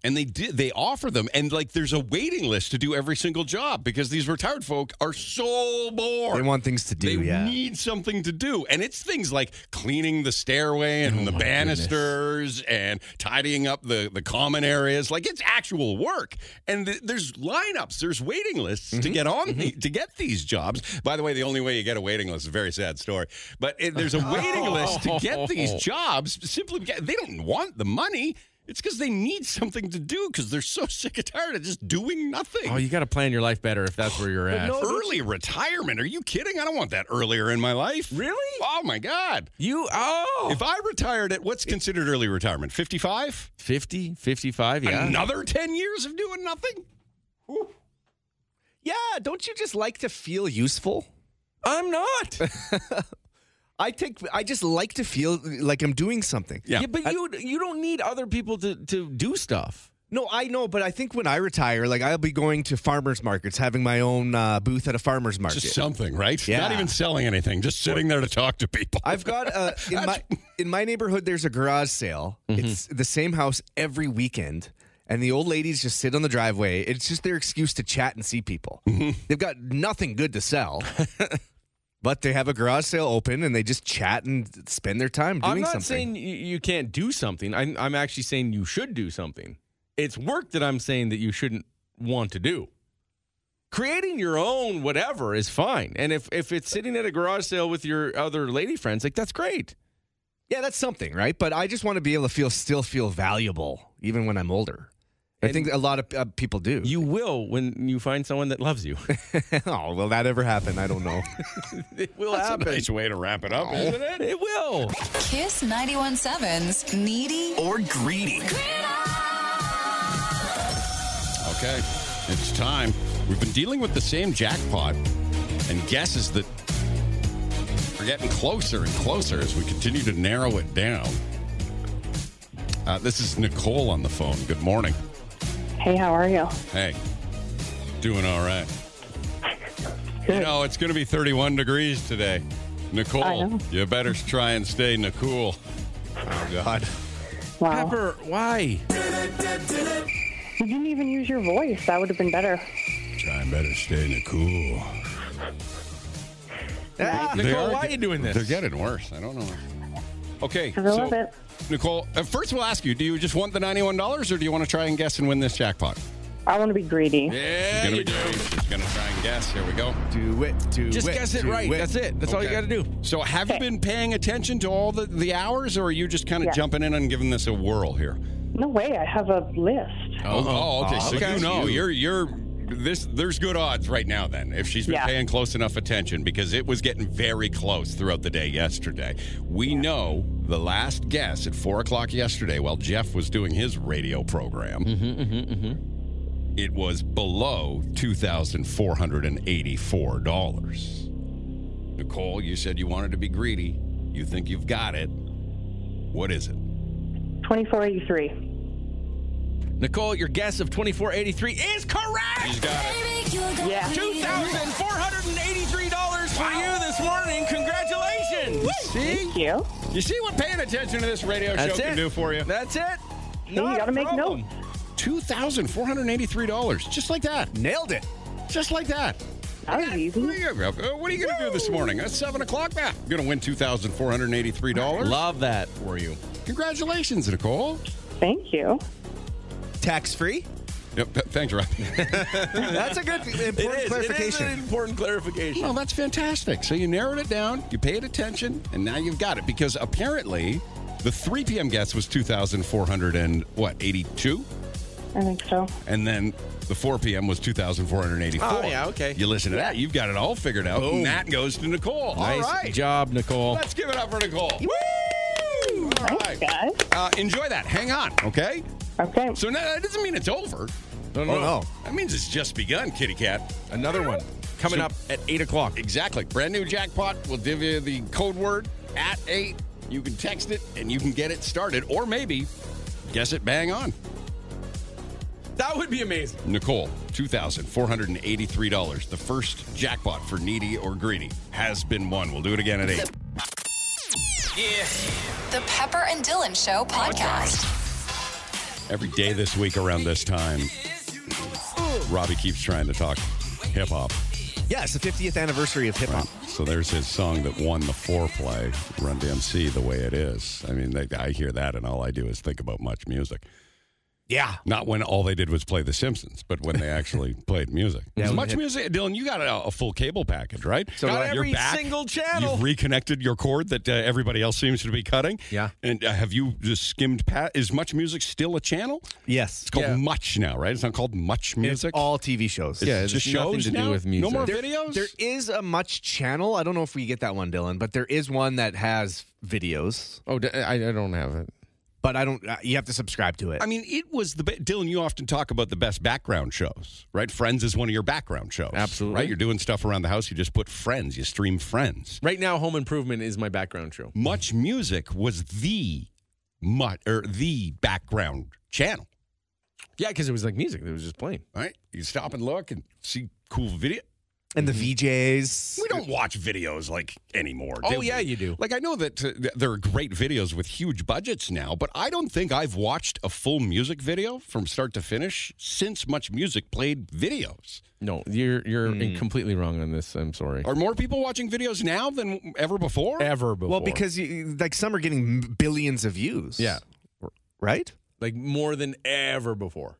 And they did, they offer them, and like there's a waiting list to do every single job because these retired folk are so bored. They want things to do. they yeah. need something to do. And it's things like cleaning the stairway and Oh the banisters and tidying up the, the common areas. Like it's actual work. And th- there's lineups, there's waiting lists Mm-hmm. to get on the, to get these jobs. By the way, the only way you get a waiting list is a very sad story. But it, there's a waiting list to get these *laughs* jobs simply because they don't want the money. It's because they need something to do because they're so sick and tired of just doing nothing Oh, you got to plan your life better if that's where *sighs* you're at. early retirement. Are you kidding? I don't want that earlier in my life. Really? Oh my God. You oh If I retired at what's considered early retirement? 55? 50, 55, yeah. Another 10 years of doing nothing? Yeah, don't you just like to feel useful? I'm not. yeah. *laughs* I take I just like to feel like I'm doing something. Yeah. but you you don't need other people to to do stuff. No, I know, but I think when I retire, like I'll be going to farmers markets, having my own uh, booth at a farmers market. Just something, right? Yeah. Not even selling anything, just sitting there to talk to people. *laughs* I've *laughs* got uh, in my in my neighborhood. There's a garage sale. Mm-hmm. It's the same house every weekend, and the old ladies just sit on the driveway. It's just their excuse to chat and see people. Mm-hmm. They've got nothing good *laughs* to sell, but they have a garage sale open, and they just chat and spend their time doing I'm not something. saying you, you can't do something. I'm, I'm actually saying you should do something. It's work that I'm saying that you shouldn't want to do. Creating your own whatever is fine. And if, if it's sitting at a garage sale with your other lady friends, like that's great. yeah, that's something, right? But I just want to be able to feel still feel valuable even when I'm older. I think a lot of uh, people do. You will when you find someone that loves you. *laughs* *laughs* oh, will that ever happen? I don't know. it will That's a happen. nice way to wrap it up, isn't it? It will. Kiss 917's Needy Or greedy. Okay, it's time. We've been dealing with the same jackpot and guesses that are getting closer and closer as we continue to narrow it down. Uh, this is Nicole on the phone. Good morning. Hey, how are you? Hey, doing all right. You know, it's going to be 31 degrees today. I Nicole, know. you better try and stay Nicole. Oh, God. Wow. Pepper, why? You didn't even use your voice. That would have been better. Try and better stay Nicole. Ah, They Nicole, are why are get- you doing this? They're getting worse. I don't know. Okay. I love it. Nicole, uh, first we'll ask you, do you just want the $91 or do you want to try and guess and win this jackpot? I want to be greedy. Yeah, gonna be great. Just going to try and guess. Here we go. do it. Do Just it. guess it do right. That's it. That's all you Okay. got to do. So have you been paying attention to all the, the hours or are you just kind of Yeah. jumping in and giving this a whirl here? No way. I have a list. Oh, oh, okay. Oh, so look you at know, you. you. are you're this. There's good odds right now. Then, if she's been Yeah. paying close enough attention, because it was getting very close throughout the day yesterday. We know the last guess at four o'clock yesterday, while Jeff was doing his radio program. It was below two thousand four hundred and eighty-four dollars. Nicole, you said you wanted to be greedy. You think you've got it. What is it? 2483. Nicole, your guess of 2483 is She's correct. got it. Yeah. $2,483 for you this morning. Congratulations. See. Thank you. You see what paying attention to this radio show can do for you? That's it. Then you got to make notes. $2,483. Just like that. Nailed it. Just like that. That was easy. Yeah, uh, What are you going to do this morning? That's 7 o'clock now. You're going to win $2,483. Love that for you. Congratulations, Nicole. Thank you. Tax free. Yep, th- thanks, *laughs* Rob. That's a good important clarification. *laughs* It is an important clarification. no, that's fantastic. So you narrowed it down, you paid attention, and now you've got it because apparently the 3 p.m. guess was 2,400 and what, 82? I think so. and then the 4 p.m. was 2,484. Oh, yeah, okay. You listen to that. You've got it all figured out. Boom. And that goes to Nicole. Nice All right. job, Nicole. Let's give it up for Nicole. Woo! All Thanks, right. guys. Uh, enjoy that. Hang on, okay? Okay. So now, that doesn't mean it's over. No, Oh no. That means it's just begun, kitty cat. Another one coming So- up at 8 o'clock. Exactly. Brand new jackpot. We'll give you the code word at 8. You can text it and you can get it started, or maybe guess it bang on. That would be amazing. Nicole, $2,483. The first jackpot for needy or greedy has been won. We'll do it again at 8. The Pepper and Dylan Show podcast. Every day this week around this time, Robbie keeps trying to talk hip hop. Yeah, it's the 50th anniversary of hip hop. So there's his song that won the foreplay, Run DMC, The Way It Is. I mean, they, I hear that and all I do is think about much music. Yeah. Not when all they did was play The Simpsons, but when they *laughs* actually played music. Yeah, much hip- music. Dylan, you got a, a full cable package, right? So Got do I. You're every back. single channel. You've reconnected your cord that uh, everybody else seems to be cutting. Yeah. And uh, have you just skimmed past? Is Much Music still a channel? Yes. It's called Yeah. Much now, right? It's not called Much It's Music. all TV shows. It's Yeah, it's just nothing shows to do now? with No music. more There- videos. There is a much channel. I don't know if we get that one, Dylan, but there is one that has videos. Oh, d- I, I don't have it. But I don't. Uh, you have to subscribe to it. I mean, it was the be- Dylan. You often talk about the best background shows, right? Friends is one of your background shows, Absolutely. Right? You're doing stuff around the house. You just put Friends. You stream Friends. Right now, Home Improvement is my background show. Much Music was the much or the background channel, Yeah, because it was like music that was just playing. right? You stop and look and see cool video. and the VJs. We don't watch videos like anymore. Oh, do we? yeah, you do. Like I know that uh, th- there are great videos with huge budgets now, but I don't think I've watched a full music video from start to finish since Much Music played videos. No, you're you're completely wrong on this. I'm sorry. Are more people watching videos now than ever before? Ever before? Well, because you, like some are getting m- billions of views. yeah, Right. like more than ever before.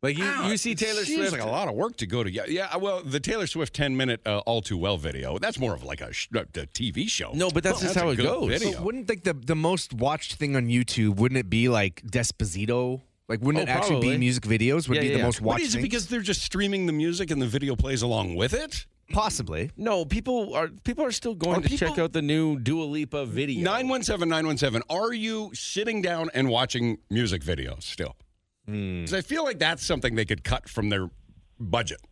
Like you, Ow, you see it Taylor seems Swift. like a lot of work to go to. Yeah, yeah. Well, the Taylor Swift ten minute uh, "All Too Well" video. That's more of like a, sh- a TV show. No, but that's just a how it good goes. Video. But wouldn't like the the most watched thing on YouTube? Wouldn't it be like Desposito Like, wouldn't Oh, it actually probably. be music videos? Would Yeah, be yeah, the yeah. most What watched. is it thing? because they're just streaming the music and the video plays along with it? possibly No, people are people are still going Are to people- check out the new Dua Lipa video. 917 917. Are you sitting down and watching music videos still? Hmm. Because I feel like that's something they could cut from their budget.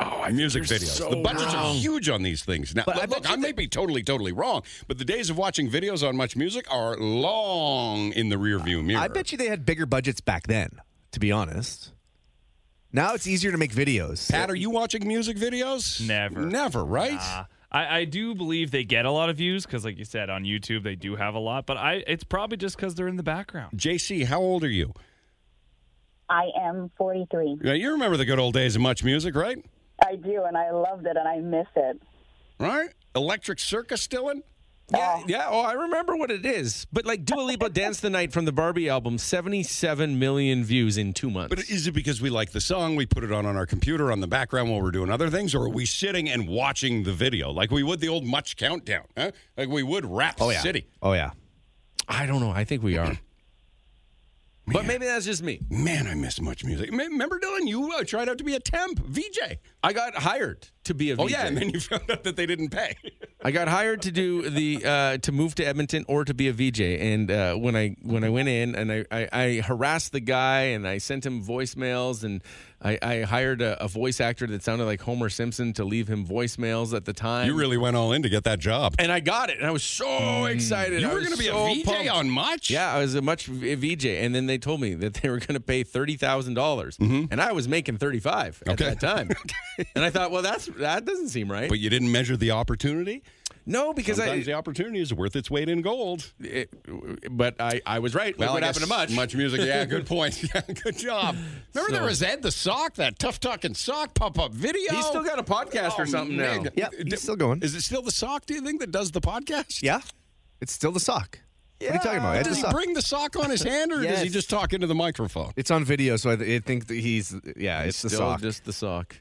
Oh, music videos. the budgets are huge on these things now. But I look, bet you I may be totally, totally wrong, but the days of watching videos on much music are long in the rearview mirror. I bet you they had bigger budgets back then. To be honest, now it's easier to make videos. Pat, are you watching music videos? Never. Never, right? Uh, I, I do believe they get a lot of views because, like you said, on YouTube they do have a lot. But I, it's probably just because they're in the background. JC, how old are you? I am 43. Yeah, You remember the good old days of much music, right? I do, and I loved it, and I miss it. Right? Electric Circus still in? Yeah, yeah. Oh, I remember what it is. But like Dua *laughs* Lipa "Dance the Night" from the Barbie album, seventy-seven million views in two months. But is it because we like the song, we put it on on our computer on the background while we're doing other things, or are we sitting and watching the video like we would the old Much Countdown? Huh? Like we would Rap Oh yeah. City. Oh yeah. I don't know. I think we *clears throat* are. but maybe that's just me. Man, I miss Much Music. Ma- Remember, Dylan, you uh, tried out to be a temp VJ. *laughs* I got hired to be a VJ. Oh yeah, and then you found out that they didn't pay. I got hired to do the uh, to move to Edmonton or to be a VJ. And uh, when I when I went in and I, I, I harassed the guy and I sent him voicemails and I, I hired a, a voice actor that sounded like Homer Simpson to leave him voicemails at the *laughs* time. you really went all in to get that job. and I got it and I was so excited. You I were was going to be so a VJ pumped. on Much. Yeah, I was a much v- a VJ, and then they told me that they were going to pay thirty dollars, and I was making thirty five at Okay. that *laughs* time. and I thought, well, that's that doesn't seem right. but you didn't measure the opportunity. no, because Sometimes I, the opportunity is worth its weight in gold. it- but I, I was right. Well, what I happened to guess much? Much music. *laughs* Yeah, good point. Yeah, good job. Remember there was Ed the Sock, that tough talking sock pop up video. Oh, He's still got a podcast or something now. Yeah, he's still going. Is it still the sock? Do you think that does the podcast? Yeah, it's still the sock. What are you talking about? It's, the Does he sock. bring the sock on his hand, or does he Yes. just talk into the microphone? it's on video, so I, th- I think that he's yeah. It's the Still sock. just the sock.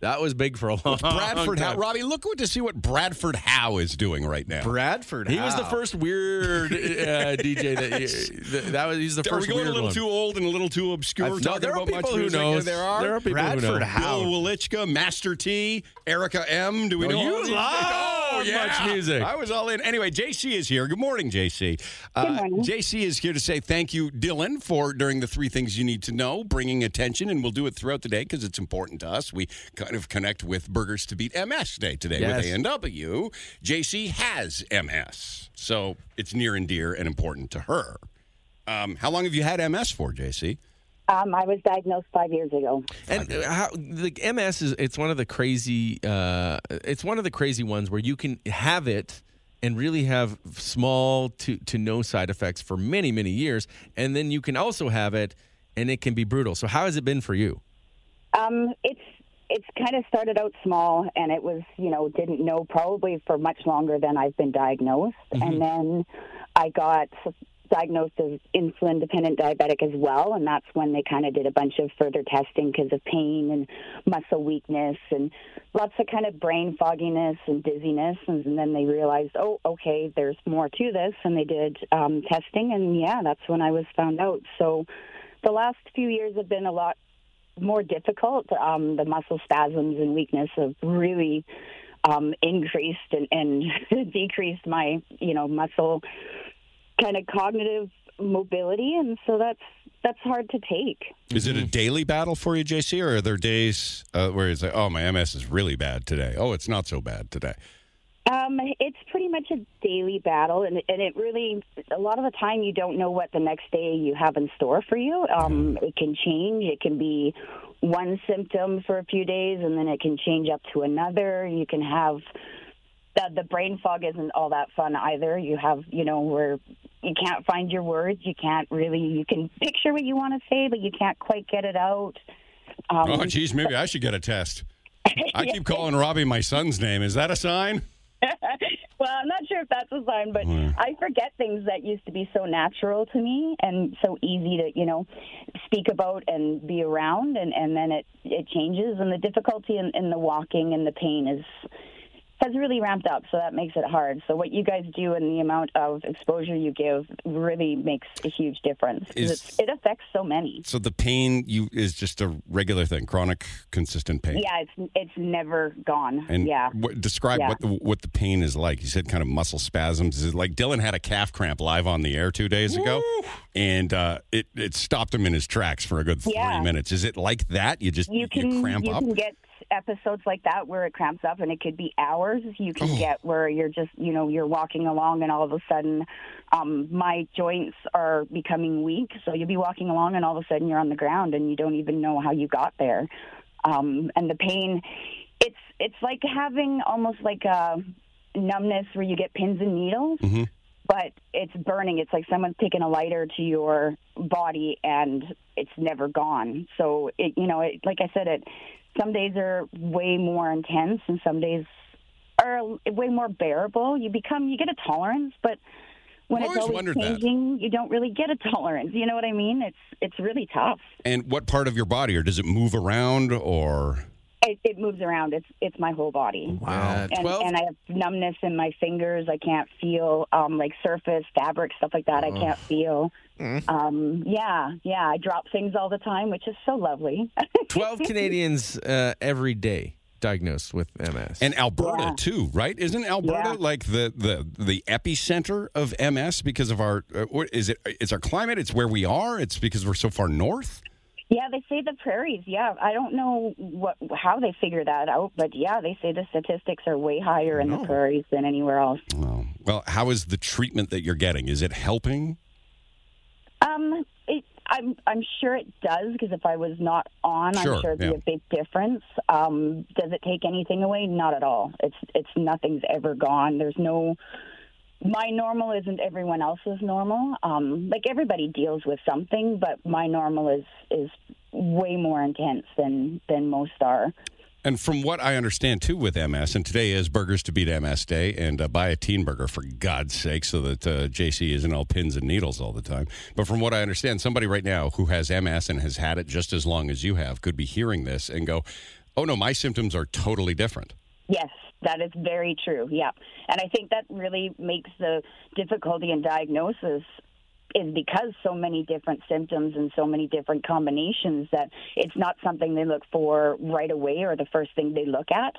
That was big for a long Bradford Howe. time. Robbie, look what- to see what Bradford Howe is doing right now. Bradford. He was the Howe. first weird uh, DJ that that, that was. He's the Are we first going weird a little one. too old and a little too obscure? No, talking there are about much people who music? knows. There are. There are people who know. Bradford Howe. Bill Welichka, Master T, Erica M. Do we Oh, know you all these? love Oh, yeah. much music. I was all in. Anyway, JC is here. Good morning, JC. Uh, morning. JC is here to say thank you, Dylan, for during the three things you need to know, bringing attention, and we'll do it throughout the day because it's important to us. We kind of connect with Burgers to Beat MS Day today Yes. with A&W. JC has MS, so it's near and dear and important to her. Um, how long have you had MS for, JC? Um, I was diagnosed five years ago. And uh, how, the MS is it's one of the crazy uh, it's one of the crazy ones where you can have it and really have small to to no side effects for many many years, and then you can also have it and it can be brutal. So how has it been for you? Um, it's it's kind of started out small, and it was you know didn't know probably for much longer than I've been diagnosed, and then I got s- diagnosed as insulin dependent diabetic as well, and that's when they kind of did a bunch of further testing because of pain and muscle weakness and lots of kind of brain fogginess and dizziness, and, then they realized oh okay there's more to this, and they did um, testing, and yeah that's when I was found out. So the last few years have been a lot more difficult. Um, the muscle spasms and weakness have really um, increased and, and *laughs* decreased my, you know, muscle kind of cognitive mobility, and so that's that's hard to take. Is Mm-hmm. it a daily battle for you, JC, or are there days uh, where it's like, oh, my MS is really bad today? Oh, it's not so bad today. Um, it's pretty much a daily battle, and, and it really, a lot of the time, you don't know what the next day you have in store for you. Um, It can change. It can be one symptom for a few days, and then it can change up to another. You can have the, the brain fog isn't all that fun either. You have, you know, where you can't find your words. You can't really, you can picture what you want to say, but you can't quite get it out. Um, Oh, geez, maybe I should get a test. *laughs* I keep calling Robbie my son's name. Is that a sign? Well, I'm not sure if that's a sign, but Hmm. I forget things that used to be so natural to me and so easy to, you know, speak about and be around, and, and then it, it changes. And the difficulty in, in the walking and the pain is has really ramped up, so that makes it hard. So what you guys do and the amount of exposure you give really makes a huge difference. 'cause Is- it's- it affects so many. So the pain you is just a regular thing, chronic, consistent pain. Yeah, it's it's never gone. And yeah. what, describe Yeah. what the what the pain is like. You said kind of muscle spasms. Is it like Dylan had a calf cramp live on the air two days ago, and uh, it it stopped him in his tracks for a good three Yeah. minutes. Is it like that? You just you can cramp you up. can get episodes like that where it cramps up and it could be hours you Oh. can get where you're just you know you're walking along and all of a sudden um my joints are becoming weak so you'll be walking along and all of a sudden you're on the ground and you don't even know how you got there um and the pain it's it's like having almost like a numbness where you get pins and needles Mhm. but it's burning. It's like someone's taken a lighter to your body and it's never gone. So it, you know, it, like I said, it. Some days are way more intense, and some days are way more bearable. You become, you get a tolerance, but when I've it's always always wondered that. changing, you don't really get a *laughs* tolerance. You know what I mean? It's it's really tough. and what part of your body, or does it move around, or It, it moves around. It's it's my whole body. Wow. and, and I have numbness in my fingers. I can't feel um, like surface, fabric, stuff like that. I can't feel. Um, yeah, yeah. I drop things all the time, which is so lovely. *laughs* 12 Canadians uh, every day diagnosed with MS. and Alberta too, right? Isn't Alberta Yeah. like the the the epicenter of MS because of our uh, what is it? It's our climate. It's where we are. It's because we're so far north. yeah, they say the prairies. Yeah, I don't know what how they figure that out, but yeah, they say the statistics are way higher in the prairies than anywhere else. Oh. Well, how is the treatment that you're getting? Is it helping? Um, it, I'm I'm sure it does because if I was not on, Sure, I'm sure it'd yeah. be a big difference. Um, does it take anything away? Not at all. It's it's nothing's ever gone. There's no. My normal isn't everyone else's normal. Um, like everybody deals with something, but my normal is is way more intense than than most are. And from what I understand too with MS, and today is Burgers to Beat MS Day, and uh, buy a teen burger for God's sake, so that uh, JC isn't all pins and needles all the time. But from what I understand, somebody right now who has MS and has had it just as long as you have could be hearing this and go, "Oh no, my symptoms are totally different." Yes, that is very true. Yeah. And I think that really makes the difficulty in diagnosis is because so many different symptoms and so many different combinations that it's not something they look for right away or the first thing they look at.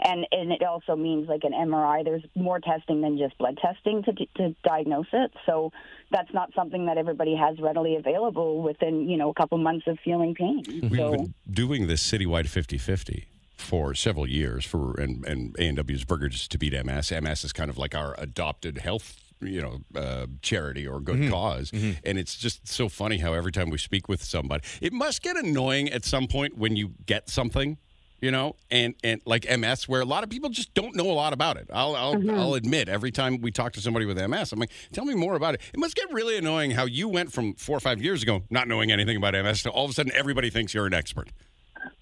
And and it also means like an MRI there's more testing than just blood testing to to diagnose it. So that's not something that everybody has readily available within, you know, a couple months of feeling pain. We've So been doing this citywide 50-50 for several years for and and A&W's Burgers to Beat MS. MS is kind of like our adopted health you know, uh, charity or good because And it's just so funny how every time we speak with somebody, it must get annoying at some point when you get something, you know, and, and like MS, where a lot of people just don't know a lot about it. I'll, I'll, I'll admit, every time we talk to somebody with MS, I'm like, tell me more about it. It must get really annoying how you went from four or five years ago not knowing anything about MS to all of a sudden everybody thinks you're an expert.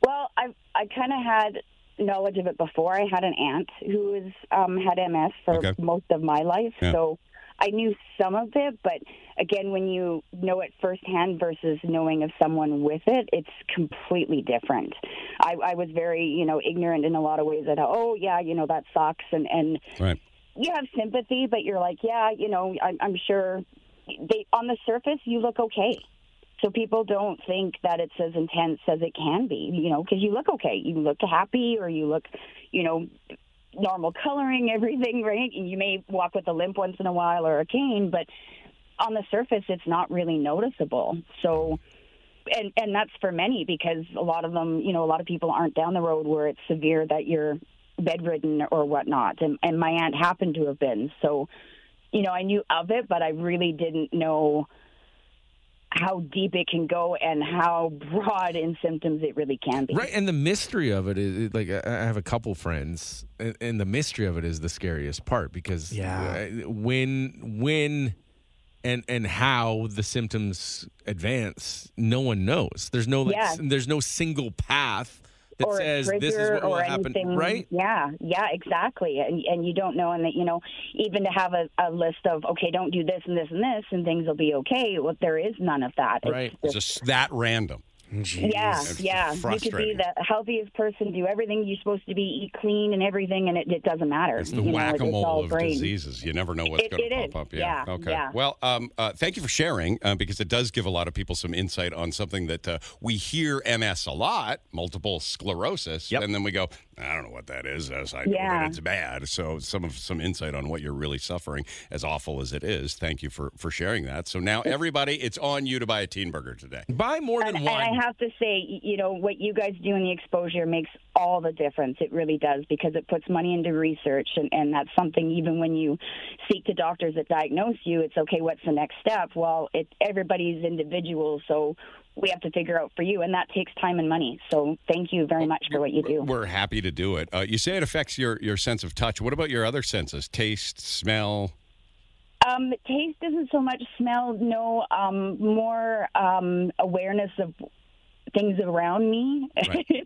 Well, I I kind of had knowledge of it before. I had an aunt who was um, had MS for Okay. most of my life, Yeah. so I knew some of it. But again, when you know it firsthand versus knowing of someone with it, it's completely different. I, I was very you know ignorant in a lot of ways. That oh yeah, you know that sucks, and and Right. you have sympathy, but you're like, yeah, you know, I'm, I'm sure they on the surface you look okay. So people don't think that it's as intense as it can be, you know, because you look okay, you look happy, or you look, you know, normal coloring, *laughs* everything, right? You may walk with a limp once in a while or a cane, but on the surface, it's not really noticeable. So, and and that's for many because a lot of them, you know, a lot of people aren't down the road where it's severe that you're bedridden or whatnot. And and my aunt happened to have been. So, you know, I knew of it, but I really didn't know how deep it can go and how broad in symptoms it really can be. Right, and the mystery of it is like I I have a couple friends, and, and the mystery of it is the scariest part because Yeah. uh, when when and and how the symptoms advance, no one knows. There's no like, Yeah. s- there's no single path that or a says this is trigger what will or happen, anything. right? Yeah, yeah, exactly. And and you don't know, and that you know, even to have a, a list of okay, don't do this and this and this, and things will be okay. Well, there is none of that. It's Right. It's just that random. Yeah, It's yeah. You could be frustrating. the healthiest person, do everything you're supposed to be, eat clean and everything, and it, it doesn't matter. It's You the know, it- whack a all mole of brain. diseases. You never know what's It- going it to is. pop up. Yeah. Yeah, Okay. yeah. Well, um, uh, thank you for sharing uh, because it does give a lot of people some insight on something that uh, we hear MS a lot, multiple sclerosis, and then we go, I don't know what that is. As I know Yeah. that it's bad. So some of some insight on what you're really suffering, as awful as it is. Thank you for for sharing that. So now everybody, it's on you to buy a teen burger today. Buy more than And, and one. I have to say, y- you know, what you guys do in the exposure makes all the difference. It really does because it puts money into research, and, and that's something even when you seek to doctors that diagnose you, it's okay, what's the next step? Well, it, everybody's individual, so we have to figure out for you, and that takes time and money. So thank you very much for what you do. We're happy to do it. Uh, you say it affects your your sense of touch. What about your other senses? Taste, smell. Um, taste isn't so much smell, no, um, more um, awareness of things around me. *laughs*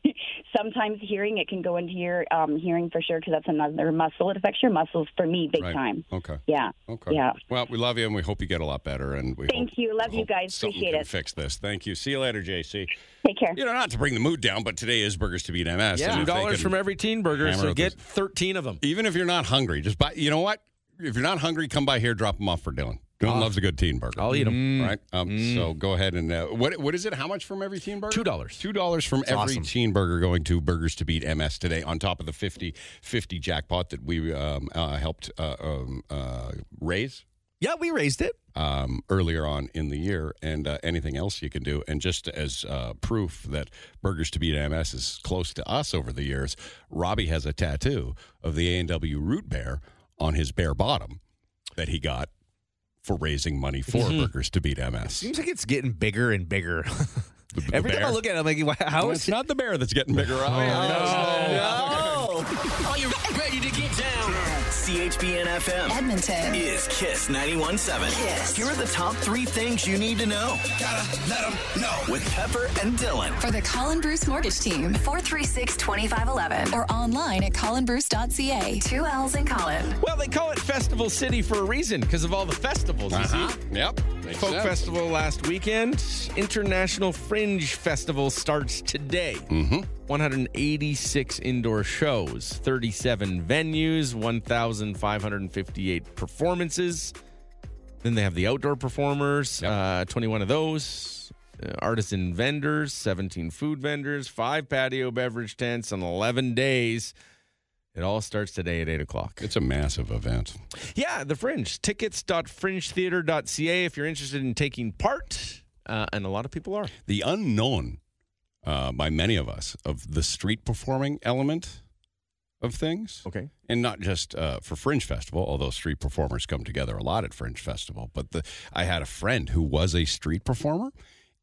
Sometimes hearing, it can go into your um, hearing for sure because that's another muscle. It affects your muscles for me big Right. time. Okay. Yeah. Okay. Yeah. Well, we love you and we hope you get a lot better. And we Thank hope- you. Love we you hope guys. something Appreciate can it. Fix this. Thank you. See you later, JC. Take care. You know, not to bring the mood down, but today is Burgers to Beat MS. yeah, and two if they dollars can- from every teen burger, hammer so with get this. thirteen of them. Even if you're not hungry, just buy. You know what? If you're not hungry, come by here. Drop them off for Dylan. Dylan loves a good teen burger. Ah. I'll eat 'em. Mm. All right. Um, So go ahead and uh, what what is it? How much from every teen burger? Two dollars. Two dollars from every awesome. teen burger going to Burgers to Beat MS today, on top of the 50 50 jackpot that we um, uh, helped uh, um, uh, raise Yeah, we raised it. um, earlier on in the year and uh, anything else you can do. And just as uh, proof that Burgers to Beat MS is close to us over the years, Robbie has a tattoo of the A&W root bear on his bare bottom that he got for raising money for Mm-hmm. Burgers to Beat MS. Seems like it's getting bigger and bigger. *laughs* the Every time I bear? look at it, I'm like, "Wow, how Oh, It's is it? not the bear that's getting bigger, Robbie. Are you ready to get down? CHBN FM Edmonton. is Kiss 91.7. Kiss. Here are the top three things you need to know. Gotta let them know. With Pepper and Dylan. For the Colin Bruce Mortgage Team, 436 2511. or online at colinbruce.ca. Two L's in Colin. Well, they call it Festival City for a reason because of all the festivals. you Uh-huh. see? Yep. Makes Folk sense. Festival last weekend. International Fringe Festival starts today. Mm-hmm. 186 indoor shows, 37 venues, 1,558 performances. Then they have the outdoor performers, uh, 21 of those, uh, artisan vendors, 17 food vendors, five patio beverage tents on 11 days. It all starts today at 8 o'clock. It's a massive event. Yeah, the Fringe. Tickets.fringetheater.ca if you're interested in taking part. Uh, and a lot of people are. The unknown uh, by many of us of the street performing element of things. Okay. and not just uh, for Fringe Festival, although street performers come together a lot at Fringe Festival. But the I had a friend who was a street performer,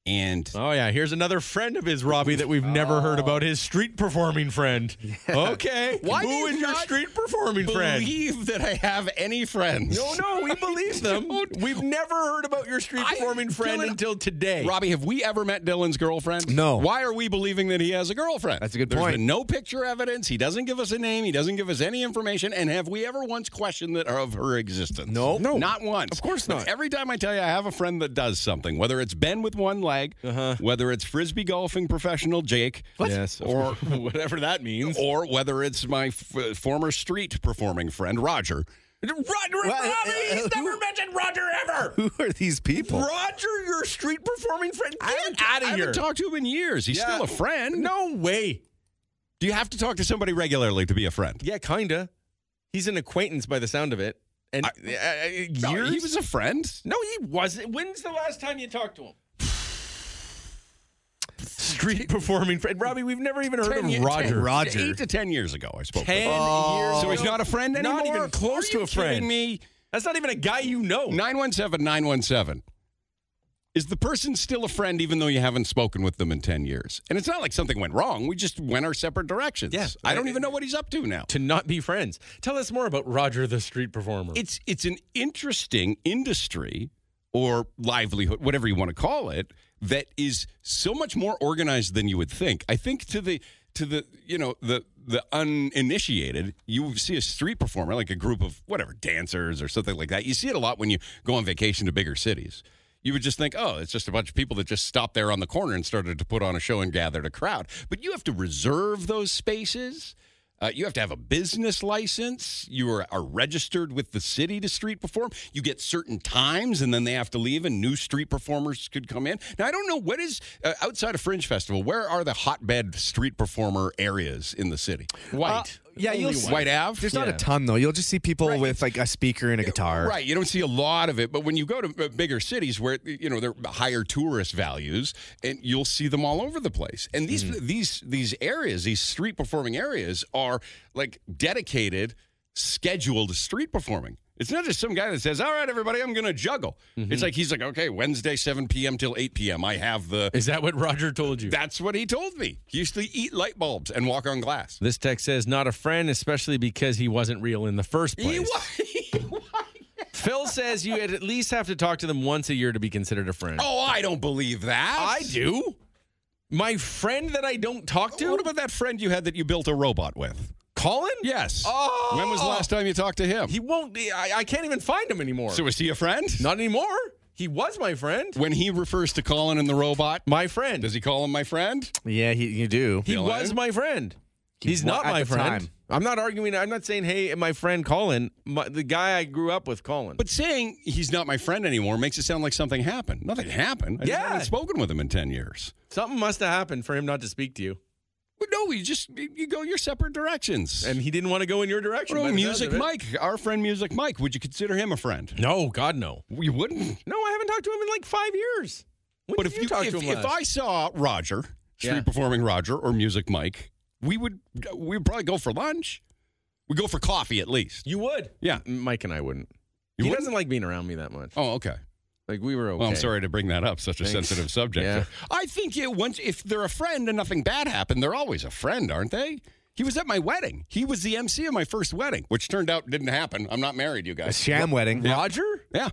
and Oh, yeah. Here's another friend of his, Robbie, that we've never heard about his street performing friend. Okay. Why do Who you is your not street performing friend? believe that I have any friends. No, no, we believe them. We've never heard about your street I- performing friend Dylan, until today. Robbie, have we ever met Dylan's girlfriend? No. Why are we believing that he has a girlfriend? That's a good There's point. been no picture evidence. He doesn't give us a name. He doesn't give us any information. And have we ever once questioned that of her existence? No. No. Not once. Of course But not. every time I tell you I have a friend that does something, whether it's Ben with one leg, Uh-huh. whether it's frisbee golfing professional Jake, Yes, of or *laughs* whatever that means, or whether it's my f- uh, former street performing friend Roger. Roger, Well, Robbie, uh, he's uh, never mentioned Roger ever. Who are these people? Roger, your street performing friend, get out I of here. haven't talked to him in years. He's Yeah. still a friend. No way. Do you have to talk to somebody regularly to be a friend? Yeah, kinda. He's an acquaintance by the sound of it. And I- uh, uh, years. No, he was a friend. No, he wasn't. When's the last time you talked to him? Street performing friend, Robbie. We've never even heard Ten ye- of Roger. ten- Roger. Eight to ten years ago, I spoke. Ten with him. years. So he's ago. not a friend anymore. Not even close Are to you a friend. kidding Me That's not even a guy you know. nine one seven nine one seven. Is the person still a friend even though you haven't spoken with them in ten years? And it's not like something went wrong. We just went our separate directions. Yeah. I don't even know what he's up to now. To not be friends. Tell us more about Roger the street performer. It's it's an interesting industry or livelihood, whatever you want to call it, that is so much more organized than you would think. I think to the to the you know the the uninitiated, you see a street performer like a group of whatever dancers or something like that. You see it a lot when you go on vacation to bigger cities. You you would just think, oh, it's just a bunch of people that just stopped there on the corner and started to put on a show and gathered a crowd. But you have to reserve those spaces. Uh, you have to have a business license. You are, are registered with the city to street perform. You get certain times, and then they have to leave, and new street performers could come in. Now, I don't know what is uh, outside of Fringe Festival. Where are the hotbed street performer areas in the city? White, Uh, yeah, Only you'll white. White Ave. There's not a ton though. You'll just see people with like a speaker and a guitar. Right, you don't see a lot of it, but when you go to uh, bigger cities where you know they're higher tourist values, and you'll see them all over the place. And these Mm. these these areas, these street performing areas, are like dedicated, scheduled street performing. It's not just some guy that says, "All right, everybody, I'm going to juggle." Mm-hmm. It's like he's like, "Okay, Wednesday, 7 p.m. till 8 p.m. I have the." Is that what Roger told you? That's what he told me. He used to eat light bulbs and walk on *laughs* glass. This text says not a friend, especially because he wasn't real in the first place. He wa- *laughs* Phil says you at least have to talk to them once a year to be considered a friend. oh, I don't believe that. I do. My friend that I don't talk to, What about that friend you had that you built a robot with? Colin? Yes. Oh. When was the last time you talked to him? He won't. I, I can't even find him anymore. so was he a friend? Not anymore. He was my friend. When he refers to Colin and the robot, My friend. does he call him my friend? Yeah, he, you do. He Dylan? was my friend. He's wa- not at my the friend. time. I'm not arguing. I'm not saying, hey, my friend Colin, my, the guy I grew up with, Colin. But saying he's not my friend anymore makes it sound like something happened. Nothing happened. I just Yeah. haven't spoken with him in 10 years. something must have happened for him not to speak to you, But no, you just you go your separate directions. and he didn't want to go in your direction. What about by the Music sounds of it. Mike, our friend Music Mike, would you consider him a friend? No, God, no. You wouldn't. No, I haven't talked to him in like five years. When but did if you, talk if, to him if last? I saw Roger, street Yeah. performing Roger or Music Mike, we would we would probably go for lunch. We go for coffee at least. you would. Yeah. Mike and I wouldn't. You he wouldn't? doesn't like being around me that much. Oh, okay. Like we were okay. Well, I'm sorry to bring that up, such a Thanks. sensitive subject. Yeah. I think it, once if they're a friend and nothing bad happened, they're always a friend, aren't they? He was at my wedding. He was the MC of my first wedding, which turned out didn't happen. I'm not married, you A guys. sham wedding. Roger. Yeah.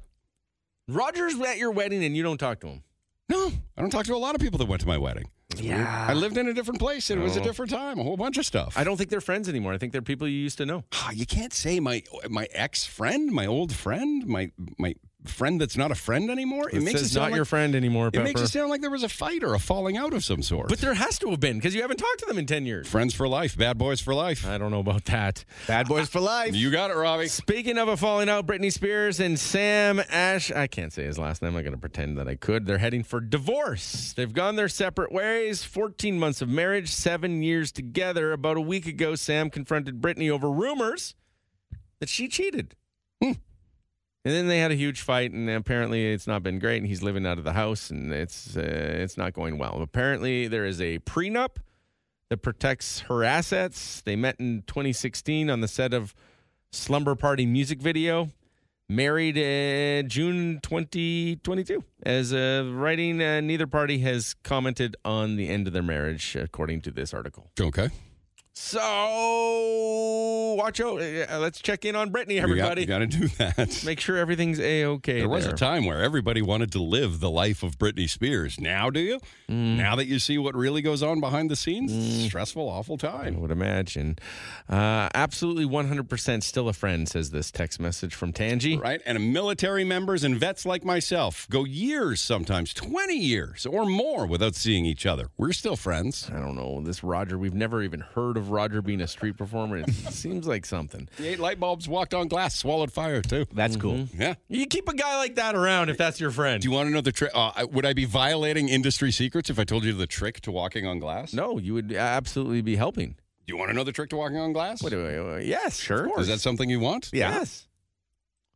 Roger's at your wedding and you don't talk to him. No, I don't talk to a lot of people that went to my wedding. Yeah. I lived in a different place. And it was a different time. A whole bunch of stuff. Oh. I don't think they're friends anymore. I think they're people you used to know. Ah, you can't say my my ex friend, my old friend, my my friend that's not a friend anymore. It, makes it says sound not like, your friend anymore. It makes Pepper. it sound like there was a fight or a falling out of some sort. But there has to have been because you haven't talked to them in 10 years. friends for life, bad boys for life. I don't know about that. Bad boys for life. You got it, Robbie. Speaking of a falling out, Britney Spears and Sam Ash, I can't say his last name. I'm going to pretend that I could. They're heading for divorce. They've gone their separate ways 14 months of marriage, seven years together. About a week ago, Sam confronted Britney over rumors that she cheated. Hmm. And then they had a huge fight, and apparently it's not been great. And he's living out of the house, and it's uh, it's not going well. Apparently, there is a prenup that protects her assets. They met in 2016 on the set of Slumber Party music video. Married uh, June 2022. As of writing, uh, neither party has commented on the end of their marriage, according to this article. Okay, So, watch out. Uh, let's check in on Brittany, everybody. got to do *laughs* that. Make sure everything's a okay. There was a time where everybody wanted to live the life of Britney Spears. Now, do you? Now that you see what really goes on behind the scenes, it's a stressful, awful I time. would imagine. Uh, absolutely 100% still a friend, says this text message from Tangi. right? And military members and vets like myself go years, sometimes 20 years or more without seeing each other. We're still *sighs* friends. I don't know. This Roger, we've never even heard of Roger being a street performer. It *laughs* seems like something. He ate light bulbs, walked on glass, swallowed fire too. That's Mm-hmm. cool. Yeah. You keep a guy like that around if that's your friend. Do you want to know the trick? Uh, I- would I be violating industry secrets if I told you the trick to walking on glass? no, you would absolutely be helping. Do you want to know the trick to walking on glass? What do I, uh, yes, Of course. Is that something you want? Yeah. Yes.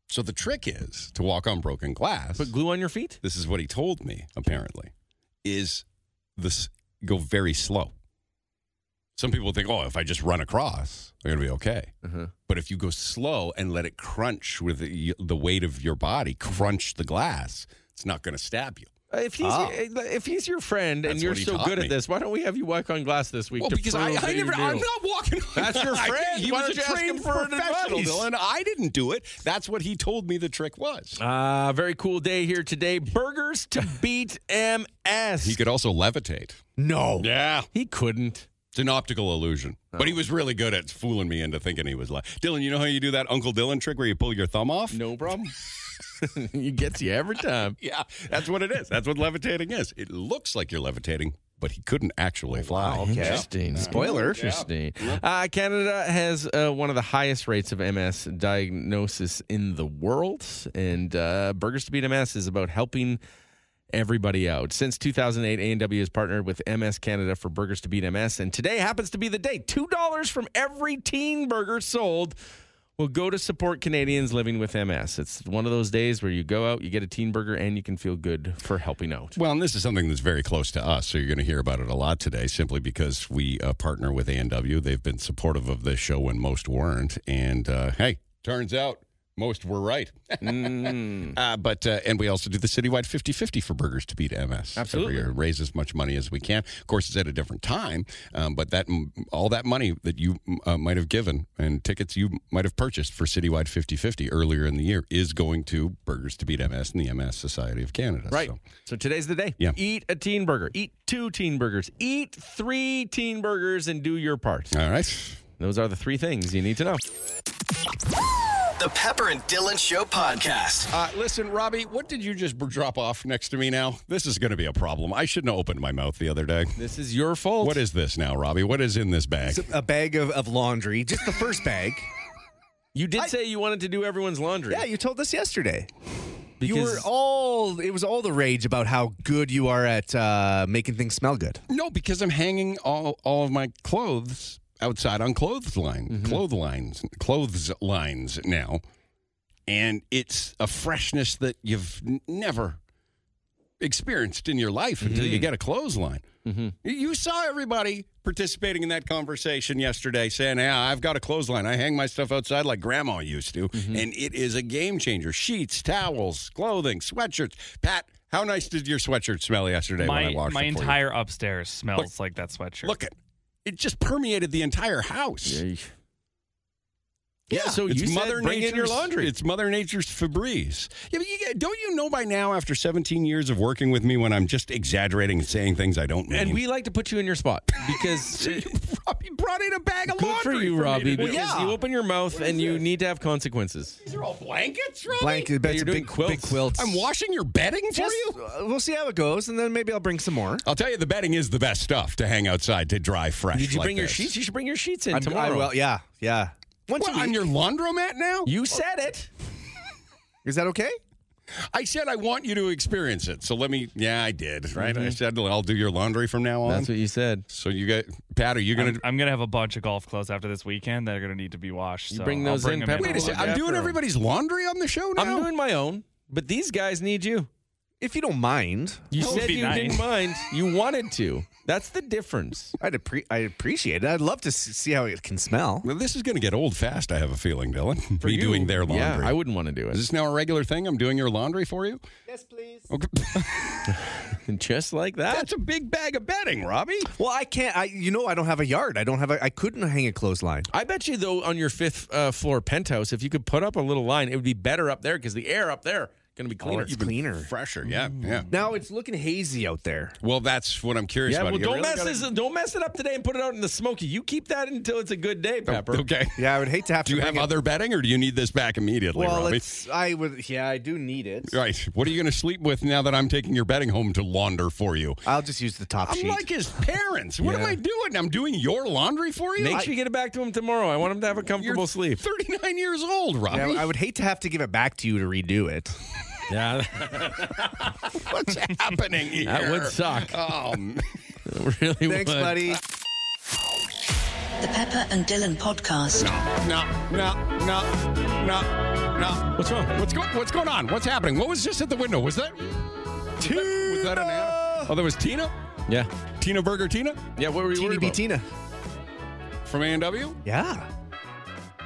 So the trick is to walk on broken glass. Put glue on your feet. this is what he told me apparently is this go very slow some people think oh if i just run across i'm gonna be okay Uh-huh. but if you go slow and let it crunch with the, the weight of your body crunch the glass it's not gonna stab you Uh, If he's Ah. if he's your friend and That's you're what he so taught good me. at this, why don't we have you walk on glass this week? well to because i, prove I that you never i'm do? not walking on That's your I- friend. he Why was don't a you ask trained him for professional advice? Dylan. i didn't do it that's what he told me the trick was Uh, very cool day here today. Burgers *laughs* to beat MS. he could also levitate No. yeah He couldn't. It's an optical illusion. But he was really good at fooling me into thinking he was like Dylan, you know how you do that Uncle Dylan trick where you pull your thumb off? No problem. *laughs* he gets you every time. yeah, that's what it is. That's what levitating is. It looks like you're levitating, but he couldn't actually fly. Interesting. Spoiler. Interesting. Uh, Canada has uh, one of the highest rates of MS diagnosis in the world, and uh, Burgers to Beat MS is about helping everybody out. Since 2008, A&W has partnered with MS Canada for Burgers to Beat MS, and today happens to be the day. $2 from every teen burger sold will go to support Canadians living with MS. It's one of those days where you go out, you get a teen burger, and you can feel good for helping out. Well, and this is something that's very close to us, so you're going to hear about it a lot today, simply because we uh, partner with ANW. They've been supportive of this show when most weren't, and uh, hey, turns out most were right. uh, but uh, and we also do the citywide 50-50 for burgers to beat MS. Absolutely. every year. raise as much money as we can. Of course, it's at a different time, um, but that all that money that you uh, might have given and tickets you might have purchased for citywide 50-50 earlier in the year is going to Burgers to Beat MS and the MS Society of Canada. Right. So- So. today's the day. Yeah. Eat a teen burger. Eat two teen burgers. Eat three teen burgers and do your part. All right. Those are the three things you need to know. The Pepper and Dylan Show Podcast. Uh, listen, Robbie, what did you just b- drop off next to me now? This is going to be a problem. I shouldn't have opened my mouth the other day. This is your fault. What is this now, Robbie? What is in this bag? It's a bag of, of laundry, just the first *laughs* bag. you did say you wanted to do everyone's laundry. Yeah, you told us yesterday. because you were all it was all the rage about how good you are at uh, making things smell good. No, because I'm hanging all, all of my clothes outside on clothesline, Mm-hmm. clotheslines, clotheslines now, and it's a freshness that you've n- never experienced in your life until Mm-hmm. you get a clothesline. You- You saw everybody participating in that conversation yesterday saying, Yeah, I've got a clothesline. I hang my stuff outside like grandma used to. Mm-hmm. And it is a game changer. Sheets, towels, clothing, sweatshirts. Pat, how nice did your sweatshirt smell yesterday when I My, washed my it? for you? entire upstairs smells like that sweatshirt. Look at it just permeated the entire house. Yeah. so you said bring in your Nature's- laundry. It's Mother Nature's Febreze. Yeah, but you, get- don't you know by now, after 17 years of working with me, when I'm just exaggerating and saying things I don't mean? *laughs* and we like to put you in your spot because you brought, you brought in a bag of *laughs* good laundry for you, me Robbie. today. Because you open your mouth and you need to have consequences. These are all blankets, Robbie. Blanket, you're but it's a doing big quilts. Big quilts. I'm washing your bedding for Just- you. uh, we'll see how it goes, and then maybe I'll bring some more. I'll tell you, the bedding is the best stuff to hang outside to dry fresh. Did you like bring your this. sheets? You should bring your sheets in I'm- I tomorrow. will- yeah, yeah. Once What, a on week. your laundromat now? you said it. Is that okay? I said I want you to experience it. So let me. Yeah, I did. Right. I said I'll do your laundry from now on. Mm-hmm. That's what you said. so you got Pat? Are you gonna? I'm, I'm gonna have a bunch of golf clothes after this weekend that are gonna need to be washed. You so bring I'll those in, them Pepper. wait a second. Yeah, I'm doing for- everybody's laundry on the show now. I'm doing my own, but these guys need you. If you don't mind, You That would said be you nice. didn't mind. You wanted to. That's *laughs* the difference. I'd appre- I appreciate it. I'd love to s- see how it can smell. well, this is gonna get old fast. I have a feeling, Dylan. *laughs* For Me you. doing their laundry. Yeah, I wouldn't want to do is it. this now a regular thing? I'm doing your laundry for you. *laughs* Oh, Just like that. That's a big bag of bedding, Robbie. Well, I can't. I you know I don't have a yard. I don't have. A, I couldn't hang a clothesline. I bet you, though, on your fifth uh, floor penthouse, if you could put up a little line, it would be better up there because the air up there going to Oh, be cleaner. Oh, it's cleaner. Fresher. Yeah. Yeah. Now it's looking hazy out there. Well, that's what I'm curious Mm. yeah, about. well, You don't really mess gotta- this, don't mess it up today and put it out in the smoky. You keep that until it's a good day, Pepper. Oh, Okay. Yeah, I would hate to have Do to. you have bring it- other bedding, or do you need this back immediately, Well, Robbie? it's. I would. Yeah, I do need it. Right. What are you going to sleep with now that I'm taking your bedding home to launder for you? I'll just use the top I'm sheet. like his parents. What am Yeah. I doing? I'm doing your laundry for you? Make I- sure you get it back to him tomorrow. I want him to have a comfortable you're *laughs* sleep. 39 years old, Robbie. Yeah, I would hate to have to give it back to you to redo it. Yeah, *laughs* *laughs* What's happening here? That would suck. Oh, man. that really Thanks, would. buddy. The Pepper and Dylan Podcast. no, no, no, no, no. What's wrong? What's going? What's going on? What's happening? What was just at the window? Was that? Tina? Was that an ad? Oh, that was Tina. Yeah. Tina Burger, Tina Yeah, what were you worried TDB about? Tina. from A&W. Yeah.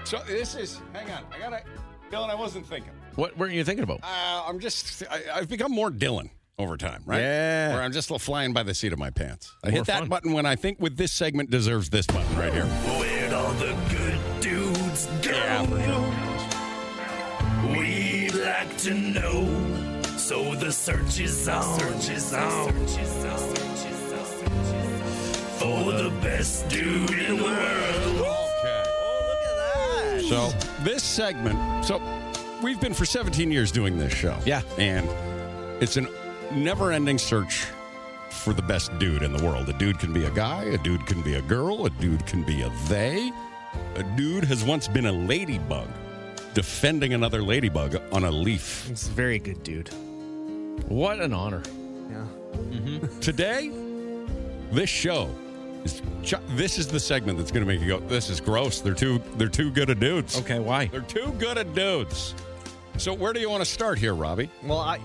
So this is. Hang on. I gotta. Dylan, I wasn't thinking. What weren't you thinking about? Uh, I'm just, I, I've become more Dylan over time, right? Yeah. Where I'm just flying by the seat of my pants. I More hit that fun. button when I think with this segment deserves this button right here. Where'd all the good dudes go? We'd like to know. So the search is on. Search is on. For the best dude in the world. Okay. Oh, look at that. So this segment, so we've been for 17 years doing this show. Yeah. And it's an never ending search for the best dude in the world. A dude can be a guy, a dude can be a girl, a dude can be a they. A dude has once been a ladybug defending another ladybug on a leaf. It's a very good dude. What an honor. Yeah. Today, this show is Chuck, this is the segment that's going to make you go, "This is gross. They're too they're too good at dudes." Okay, why? They're too good at dudes. So where do you want to start here, Robbie? Well, I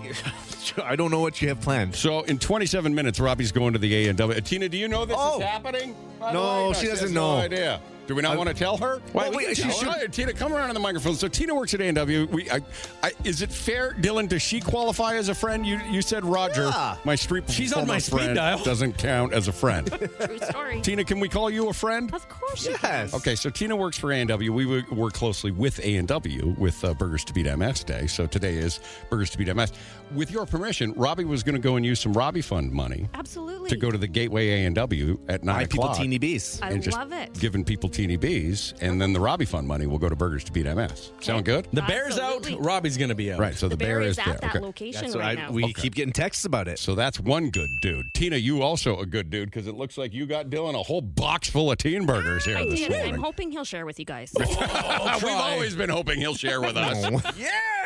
*laughs* I don't know what you have planned. So in 27 minutes, Robbie's going to the A and W. Tina, do you know this Oh. is happening? By the No, way, she doesn't has know. No idea. Do we not I- want to tell her? Well, we wait, can she tell should- her. Tina, come around to the microphone. So Tina works at A and W. We, I, I, is it fair, Dylan? Does she qualify as a friend? You, you said Roger, Yeah. my street. She's on former my speed friend, dial. Doesn't count as a friend. *laughs* True story. Tina, can we call you a friend? Of course you can. Yes. Okay, so Tina works for A&W. We wo- work closely with A&W with uh, Burgers to Beat MS Day. So today is Burgers to Beat MS. With your permission, Robbie was going to go and use some Robbie Fund money Absolutely. to go to the Gateway A&W at 9 Buy people o'clock. teeny bees. I and just love it. Giving people teeny bees, and then the Robbie Fund money will go to Burgers to Beat MS. Sound good? The bear's out. Absolutely. Robbie's going to be out. Right, so the, bear is there. at that Okay. location That's what right I- now. we keep getting texts about it. So that's one good dude. Tina, you also a good dude because it looks like you got Dylan a whole box full of teen burgers here Ah, I this did. morning. I'm hoping he'll share with you guys. Oh, *laughs* Oh, *laughs* We've always been hoping he'll share *laughs* with us.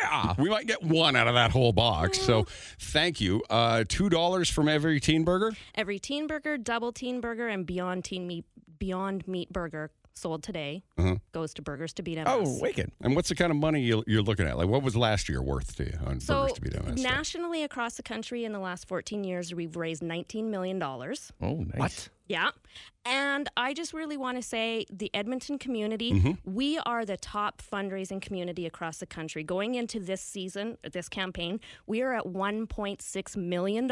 Yeah. We might get one out of that whole box. So thank you. Uh, $2 from every teen burger. Every teen burger, double teen burger, and beyond teen meat, beyond meat burger sold today goes to burgers to beat MS. Oh, wicked. And what's the kind of money you- you're looking at? Like, what was last year worth to you on So burgers to be done? and stuff? nationally across the country in the last 14 years, we've raised 19 million dollars. Oh, nice. What? Yeah. And I just really want to say the Edmonton community, we are the top fundraising community across the country. Going into this season, this campaign, we are at $1.6 million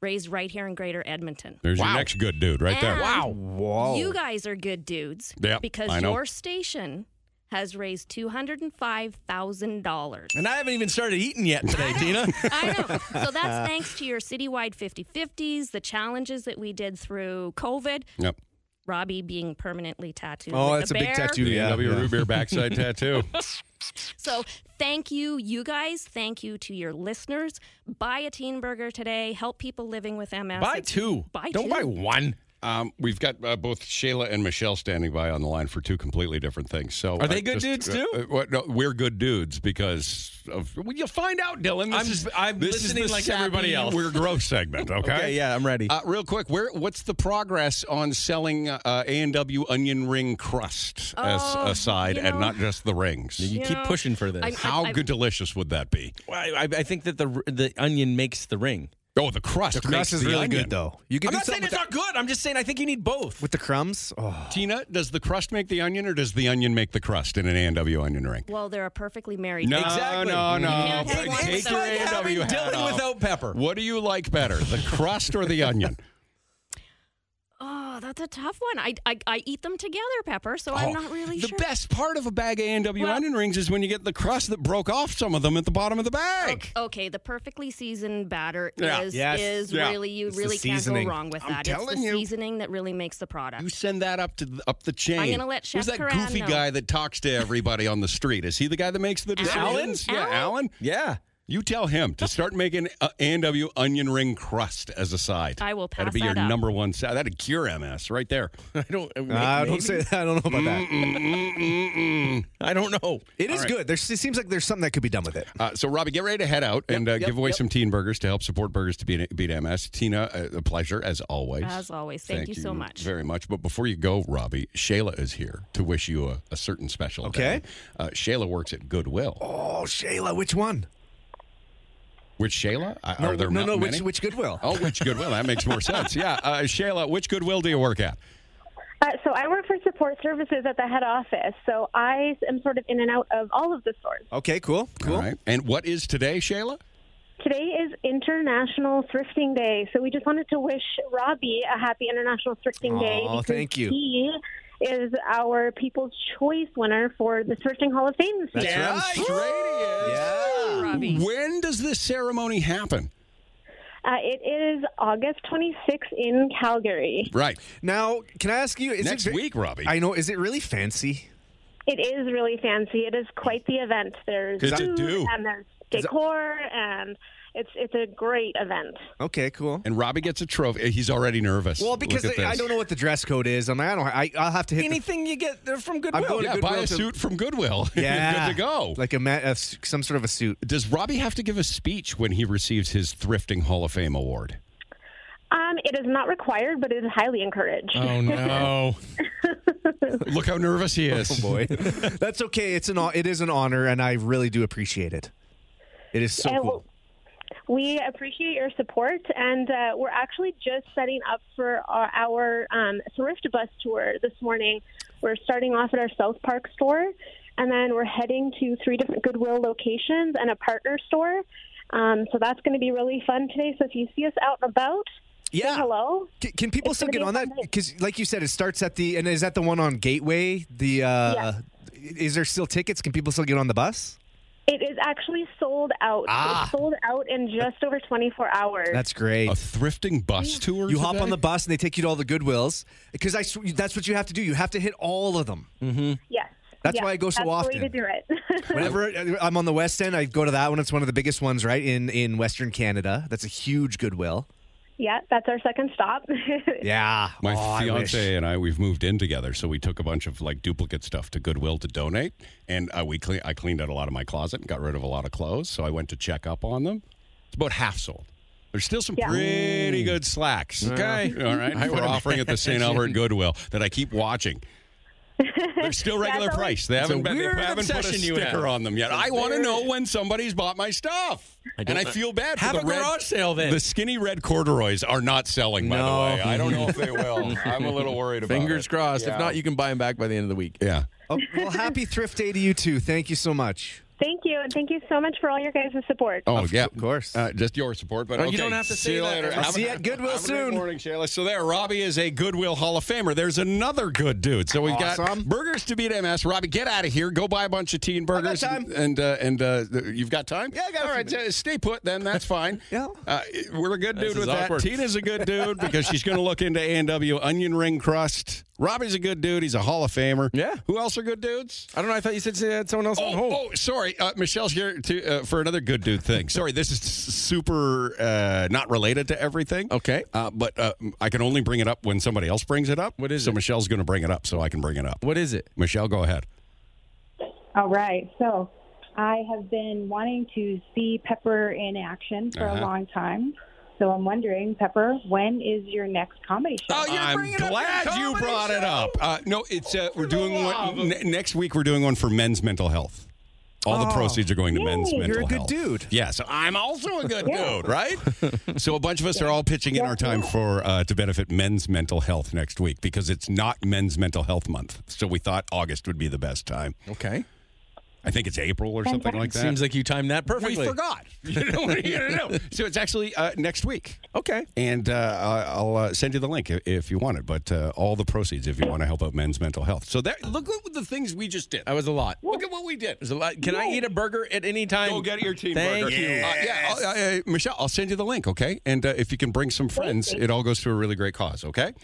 raised right here in Greater Edmonton. There's Wow. your next good dude right there. And Whoa. You guys are good dudes Yep, because I know. your station has raised $205,000. And I haven't even started eating yet *laughs* today, Tina. I *laughs* know. So that's thanks to your citywide 50 50s, the challenges that we did through COVID, Yep. Robbie being permanently tattooed. Oh, with that's the a big bear. tattoo. The Yeah, NW yeah. root beer *laughs* backside tattoo. So thank you, you guys. Thank you to your listeners. Buy a teen burger today. Help people living with MS. buy It's- two. Buy Don't two. buy one. Um, we've got uh, both Shayla and Michelle standing by on the line for two completely different things. So Are they I good dudes, uh, too? uh, what, no, we're good dudes because of. Well, you'll find out, Dylan. This I'm- is, I'm this is listening the like sappy, everybody *laughs* else. We're gross segment. Okay. yeah, I'm ready. Uh, real quick, where what's the progress on selling uh, A and W onion ring crust Oh, as a side you and know- not just the rings? you keep know, pushing for this. I'm- How I- I- good, delicious would that be? I, I, I think that the the onion makes the ring. Oh, the crust. the crust makes is the really onion. good though. You can I'm do not saying something it's with, not good. I'm just saying I think you need both. the, with the crumbs. Oh, Tina, does the crust make the onion, or does the onion make the crust in an A and W onion ring? Well, they're a perfectly married. No, couple. Exactly. no, You no. can't have one Take without the your hand other. over your Having hat Dylan off. without pepper. What do you like better, the crust or the onion? Oh, that's a tough one. I, I, I eat them together, Pepper, *laughs* so I'm not really the sure. best part of a bag of A&W Well- onion rings is when you get the crust that broke off some of them at the bottom of the bag. Okay, the perfectly seasoned batter Yeah. is Yes. is Yeah. really you It's the really can't go seasoning. wrong with Um, I'm that. telling Oh, it's the you. seasoning that really makes the product. You send that up to the, up the chain. I'm gonna let Chef Who's that Karan goofy know. guy that talks to everybody on the street? Is he the guy that makes the Alan? decisions? Yeah, Alan? Alan. Yeah. *laughs* You tell him to start making a A&W onion ring crust as a side. I will pass That'd be that your up. number one side. That'd cure MS right there. I don't. may- I maybe? don't say. *laughs* I don't know about that. Mm-mm-mm-mm. I don't know. It is Mm. right. good. There's, it seems like there's something that could be done with it. Uh, so, Robbie, get ready to head out and uh, yep, give away yep. some teen burgers to help support Burgers to Beat, beat MS. Tina, uh, a pleasure as always. As always, thank, you so much. Very much. But before you go, Robbie, Shayla is here to wish you a, a certain special. Okay. day. Uh, Shayla works at Goodwill. Oh, Shayla, which one? Which Shayla? I- No, Are there no, not no. many? Which which Goodwill? Oh, which Goodwill? That makes more sense. Yeah. Uh, Shayla, which Goodwill do you work at? Uh, so I work for support services at the head office. So I am sort of in and out of all of the stores. Oh. Okay, cool, cool. All right. And what is today, Shayla? Today is International Thrifting Day. So we just wanted to wish Robbie a happy International Thrifting Day. Aw, because thank you. He is our People's Choice winner for the Thrifting Hall of Fame this year. That's right. Yeah. Robbie. When does this ceremony happen? Uh, it is August 26th in Calgary. Right. Now, can I ask you? Is Next it, ve- week, Robbie. I know. Is it really fancy? It is really fancy. It is quite the event. There's Good to food do. and there's decor and it's it's a great event. Okay, cool. And Robbie gets a trophy. Uh, He's already nervous. Well, because Look at I, I this. don't know what the dress code is. I'm like, I don't. I, I'll have to *laughs* hit. the, Anything you get there from Goodwill. I'm going to yeah, Goodwill buy a to- suit from Goodwill. *laughs* Yeah. good to go. Like a, ma- a s- some sort of *laughs* a suit. Does Robbie have to give a speech when he receives his thrifting Hall of Fame award? Um, it is not required, but it is highly encouraged. Oh, Look how nervous he is. *laughs* Oh boy, that's okay. It's an hon- it is an honor, and I really do appreciate it. It is so Yeah, cool. We appreciate your support, and uh, we're actually just setting up for our, our um, thrift bus tour this morning. We're starting off at our South Park store, and then we're heading to three different Goodwill locations and a partner store. Um, so that's going to be really fun today. So if you see us out and about, yeah, hello. Can, can people It's still gonna get be on a that? fun day. Because, like you said, it starts at the and is that the one on Gateway? The uh, is there still tickets? Can people still get on the bus? It is actually sold out. Ah. It's sold out in just over 24 hours. That's great. A thrifting bus tour. You hop on the bus and they take you to all the Goodwills because I sw- that's what you have to do. You have to hit all of them. Mm-hmm. yes. That's Yes, why I go so that's often. The way to do it. *laughs* Whenever I'm on the West End, I go to that one. It's one of the biggest ones, right in in Western Canada. That's a huge Goodwill. yeah, that's our second stop. *laughs* Yeah, My Oh, I wish. fiance and I, we've moved in together, so we took a bunch of like duplicate stuff to Goodwill to donate, and uh, we clean. I cleaned out a lot of my closet and got rid of a lot of clothes. So I went to check up on them. It's about half sold. There's still some Yeah. pretty good slacks. *laughs* Okay. all right. I We're would offering *laughs* at the St. imagine. Albert Goodwill that I keep watching. They're *laughs* still regular price. They It's a haven't, been, they weird haven't put a obsession you sticker have. on them yet. It's I want to very- know when somebody's bought my stuff, I and don't I know. feel bad. for Have the a red- garage sale then. The skinny red corduroys are not selling. By No. the way, I don't know if *laughs* they will. I'm a little worried about Fingers it. crossed. Yeah. If not, you can buy them back by the end of the week. Yeah. Oh, well, happy thrift day to you too. Thank you so much. Thank you, and thank you so much for all your guys' support. Oh yeah, of course. Uh, just your support, but Oh, you okay, don't have to see say you that. later. I'll Have see a- you at Goodwill have a soon. Good morning, Shayla. So there, Robbie is a Goodwill Hall of Famer. There's another good dude. So we've Awesome. got burgers to beat MS. Robbie, get out of here. Go buy a bunch of tea and burgers. time. And uh, and uh, th- you've got time. Yeah, I got a All few right, uh, stay put. Then that's *laughs* fine. Yeah. Uh, we're a good This dude is with awkward. that. Tina's a good *laughs* dude because she's going to look into A and W onion ring crust. Robbie's a good dude. He's a Hall of Famer. Yeah. Who else are good dudes? I don't know. I thought you said you had someone else Oh, on hold. oh, sorry. Uh, Michelle's here to, uh, for another good dude thing. Sorry, this is s- super uh, not related to everything. Okay. Uh, but uh, I can only bring it up when somebody else brings it up. What is so it? So Michelle's going to bring it up so I can bring it up. What is it? Michelle, go ahead. All right. So I have been wanting to see Pepper in action for a Uh-huh. long time. So I'm wondering, Pepper, when is your next comedy show? Oh, Oh, I'm glad you brought it up. Uh, no, it's uh, we're doing one ne- next week. We're doing one for men's mental health. All the Oh. proceeds are going to men's Yay. mental You're a good health. dude. Yeah, so I'm also a good Yeah. dude, right? *laughs* so a bunch of us are all pitching in our time for uh, to benefit men's mental health next week because it's not men's mental health month. So we thought August would be the best time. Okay. I think it's April or something like that. Seems like you timed that perfectly. We forgot. *laughs* You know, what are you gonna do? So it's actually uh, next week. Okay. And uh, I- I'll uh, send you the link i- if you want it, but uh, all the proceeds if you want to help out men's mental health. So that look at the things we just did. Uh, That was a lot. Look at what we did. There's a lot. Can I eat a burger at any time? Go get your team Thank burger. you. Uh, yeah, Oh, I'll- uh, uh, Michelle, I'll send you the link, okay? And uh, if you can bring some friends, it all goes to a really great cause, okay?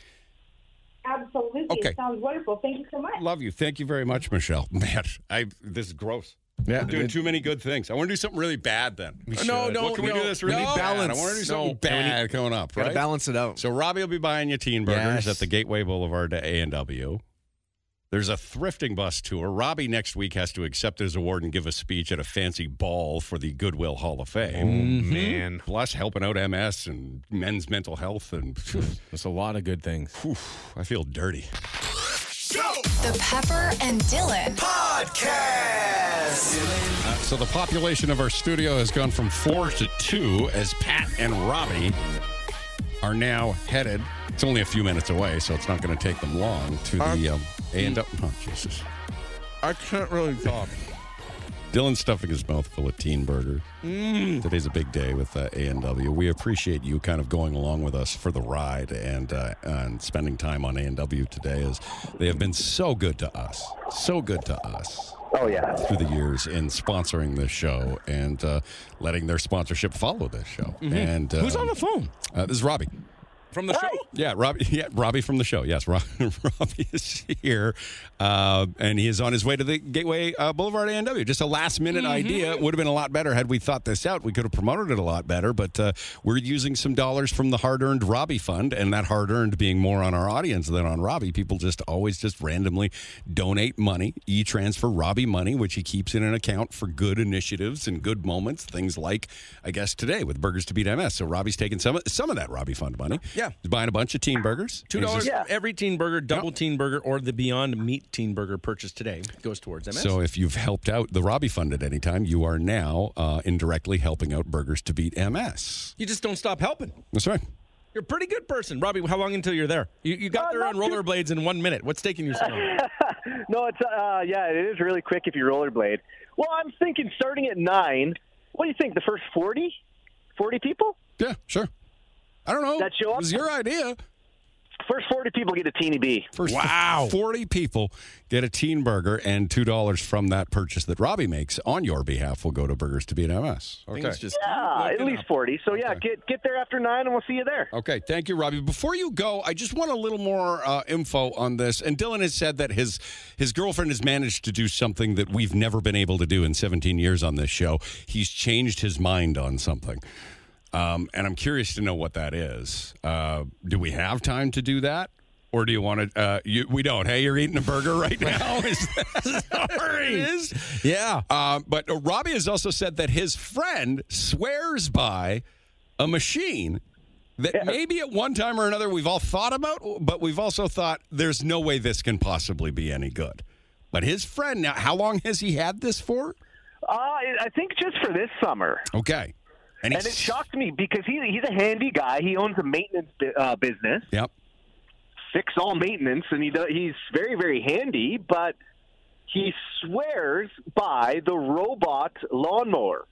Absolutely. Okay. It sounds wonderful. Thank you so much. Love you. Thank you very much, Michelle. *laughs* Man, I this is gross. Yeah, I'm doing it- too many good things. I want to do something really bad then. Uh, No, should. no, What can we do no. this We really need bad? balance. I want to do No. something Yeah, we bad need- coming up. gotta right? balance it out. So Robbie will be buying you teen burgers Yes. at the Gateway Boulevard to A and W. There's a thrifting bus tour. Robbie next week has to accept his award and give a speech at a fancy ball for the Goodwill Hall of Fame. Mm-hmm. man. Plus helping out MS and men's mental health and That's a lot of good things. I feel dirty. The Pepper and Dylan podcast. Uh, so the population of our studio has gone from four to two as Pat and Robbie are now headed. It's only a few minutes away, so it's not going to take them long to the um, A and Oh, Jesus. I can't really talk. Dylan's stuffing his mouth full of teen burgers. Today's a big day with uh, A&W. We appreciate you kind of going along with us for the ride and uh, and spending time on A&W today as they have been so good to us. So good to us. Oh yeah. Through the years in sponsoring this show and uh, letting their sponsorship follow this show. And Mm-hmm. Who's on the phone? Uh, this is Robbie. From the show? Yeah, Robbie. *laughs* Yeah, Robbie from the show. Yes, Rob, *laughs* Robbie is here, uh, and he is on his way to the Gateway uh, Boulevard ANW. Just a last minute Mm-hmm. idea would have been a lot better had we thought this out. We could have promoted it a lot better, but uh, we're using some dollars from the hard earned Robbie fund, and that hard earned being more on our audience than on Robbie. People just always just randomly donate money, e transfer Robbie money, which he keeps in an account for good initiatives and good moments, things like I guess today with Burgers to Beat MS. So Robbie's taking some some of that Robbie fund money. Yeah. He's buying a bunch of teen burgers. Two He's dollars just- every teen burger, double teen burger, or the Beyond Meat teen burger purchased today goes towards MS. So if you've helped out the Robbie Fund at any time, you are now uh, indirectly helping out Burgers to Beat MS. you just don't stop helping. That's right. You're a pretty good person, Robbie. How long until you're there? You, you got there on rollerblades in one minute. What's taking you so long? no, it's uh, yeah, it is really quick if you rollerblade. Well, I'm thinking starting at nine. What do you think? The first 40? 40 people? Yeah, sure. I don't know. That show up? It was your idea. First 40 people get a teeny B. First, *laughs* wow. 40 people get a teen burger, and $2 from that purchase that Robbie makes on your behalf will go to Burgers to Beat MS. Okay. yeah, at least 40. So yeah, get get there after nine, and we'll see you there. Okay, thank you, Robbie. Before you go, I just want a little more uh, info on this. And Dylan has said that his his girlfriend has managed to do something that we've never been able to do in 17 years on this show. He's changed his mind on something, um, and I'm curious to know what that is. Uh, do we have time to do that, or do you want to? Uh, you, we don't. Hey, you're eating a burger right now. *laughs* Is that where it is? Yeah. Um, but uh, Robbie has also said that his friend swears by a machine that maybe at one time or another we've all thought about, but we've also thought there's no way this can possibly be any good. But his friend now, how long has he had this for? Uh, I I think just for this summer. Okay. And, he's- it shocked me because he, he's a handy guy. He owns a maintenance bu- uh, business. Yep. Fix all maintenance, and he do, he's very very handy. But he swears by the robot lawnmower.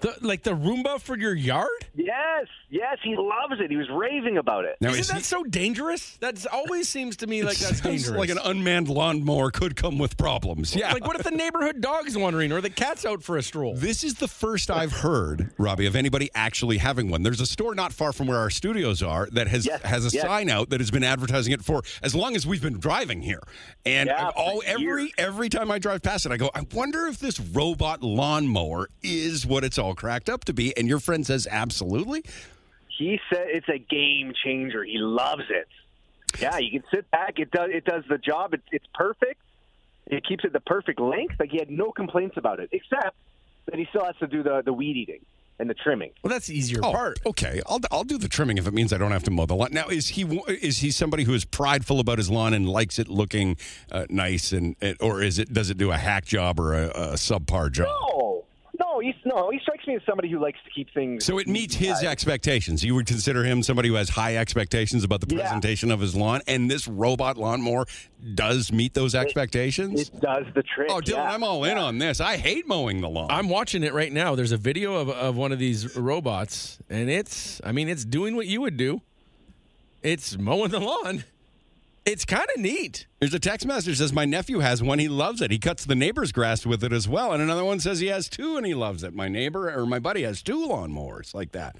The, like the Roomba for your yard? Yes, yes, he loves it. He was raving about it. Now, is Isn't that he- so dangerous? That always seems to me like that's *laughs* Sounds dangerous. *laughs* Like an unmanned lawnmower could come with problems. Yeah. Like what if the neighborhood dog's wandering or the cat's out for a stroll? This is the first I've heard, Robbie, of anybody actually having one. There's a store not far from where our studios are that has Yes, has a yes. sign out that has been advertising it for as long as we've been driving here. And Yeah, I've all for every years. every time I drive past it, I go, I wonder if this robot lawnmower is what it's all cracked up to be. And your friend says absolutely. He said it's a game changer. He loves it. Yeah, you can sit back. It does it does the job. It, it's perfect. It keeps it the perfect length. Like he had no complaints about it, except that he still has to do the the weed eating and the trimming. Well, that's the easier oh, part. Okay, I'll, I'll do the trimming if it means I don't have to mow the lawn. Now, is he is he somebody who is prideful about his lawn and likes it looking uh, nice, and and- or is it does it do a hack job or a, a subpar job? No, no, he's no. He strikes me as somebody who likes to keep things. So it meets his expectations. You would consider him somebody who has high expectations about the presentation of his lawn, and this robot lawnmower does meet those expectations. It does the trick. Oh, Dylan, I'm all in on this. I hate mowing the lawn. I'm watching it right now. There's a video of, of one of these robots, and it's, I mean, it's doing what you would do. It's mowing the lawn. It's kind of neat. There's a text message says my nephew has one. He loves it. He cuts the neighbor's grass with it as well. And another one says he has two and he loves it. My neighbor or my buddy has two lawnmowers like that.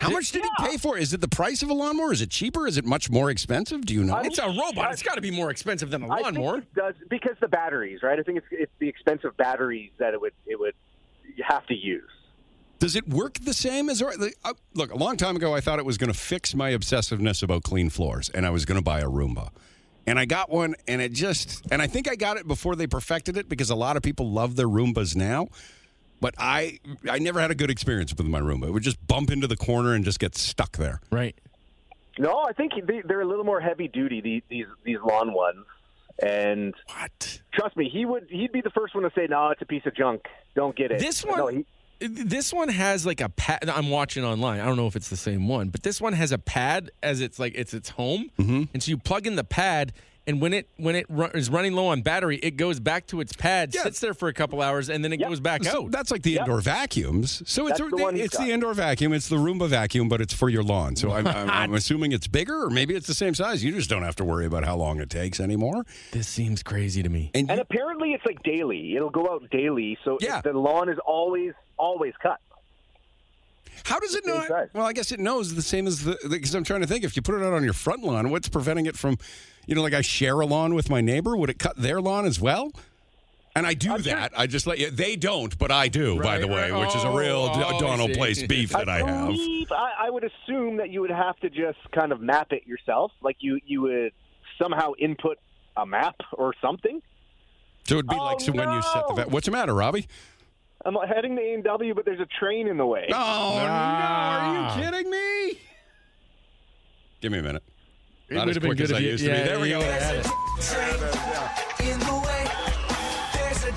How much did he pay for? it? Is it the price of a lawnmower? Is it cheaper? Is it much more expensive? Do you know? It's a robot. It's got to be more expensive than a I think lawnmower. it does because the batteries, right? I think it's it's the expensive batteries that it would it would you have to use. Does it work the same as? like, uh, Look, a long time ago, I thought it was going to fix my obsessiveness about clean floors, and I was going to buy a Roomba. And I got one, and it just, and I think I got it before they perfected it because a lot of people love their Roombas now. But I, I never had a good experience with my Roomba. It would just bump into the corner and just get stuck there. Right. No, I think they, they're a little more heavy duty the- these these lawn ones. And what? Trust me, he would he'd be the first one to say, "No, it's a piece of junk. Don't get it." This No, one, this one has like a pad. I'm watching online. I don't know if it's the same one, but this one has a pad as it's like it's its home, Mm-hmm. and so you plug in the pad, and when it when it run, is running low on battery, it goes back to its pad, sits there for a couple hours, and then it goes back So out. that's like the indoor vacuums. So it's That's the one he's it's got. the indoor vacuum. It's the Roomba vacuum, but it's for your lawn. So I'm, *laughs* I'm, I'm assuming it's bigger, or maybe it's the same size. You just don't have to worry about how long it takes anymore. This seems crazy to me. And, and apparently it's like daily. It'll go out daily, so Yeah. the lawn is always always cut. How does it know? Well, I guess it knows the same as the because I'm trying to think. If you put it out on your front lawn, what's preventing it from, you know, like I share a lawn with my neighbor, would it cut their lawn as well? And I do that. I just let you. They don't, but I do. by the way, which is a real Oh, I Donald see. Oh, Place beef that I have. believe- I, I would assume that you would have to just kind of map it yourself. Like you, you would somehow input a map or something. So it'd be like so when you set the. va- What's the matter, Robbie? I'm heading to A&W, but there's a train in the way. Oh, Ah. no. Are you kidding me? Give me a minute. It Not as would've been quick good as if I you- used to yeah, be. There we you go. would've had it. Train in the way. There's a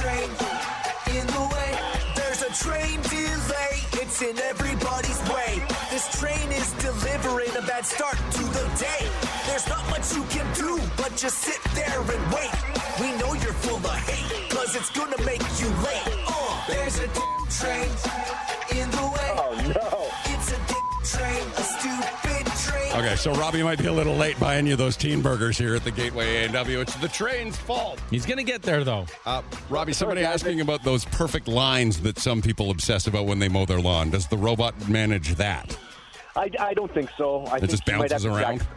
train in the way. There's a train delay. It's in everybody's way. This train is delivering a bad start to the day. There's not much you can do but just sit there and wait. We know you're full of hate, cause it's gonna make you late. Uh, there's a train in the way. Oh no. It's a train, a stupid train. Okay, so Robbie might be a little late buying you those teen burgers here at the Gateway A&W. It's the train's fault. He's going to get there, though. Uh, Robbie, somebody asking about those perfect lines that some people obsess about when they mow their lawn. Does the robot manage that? I, I don't think so. I think just you might have bounces to around? jack-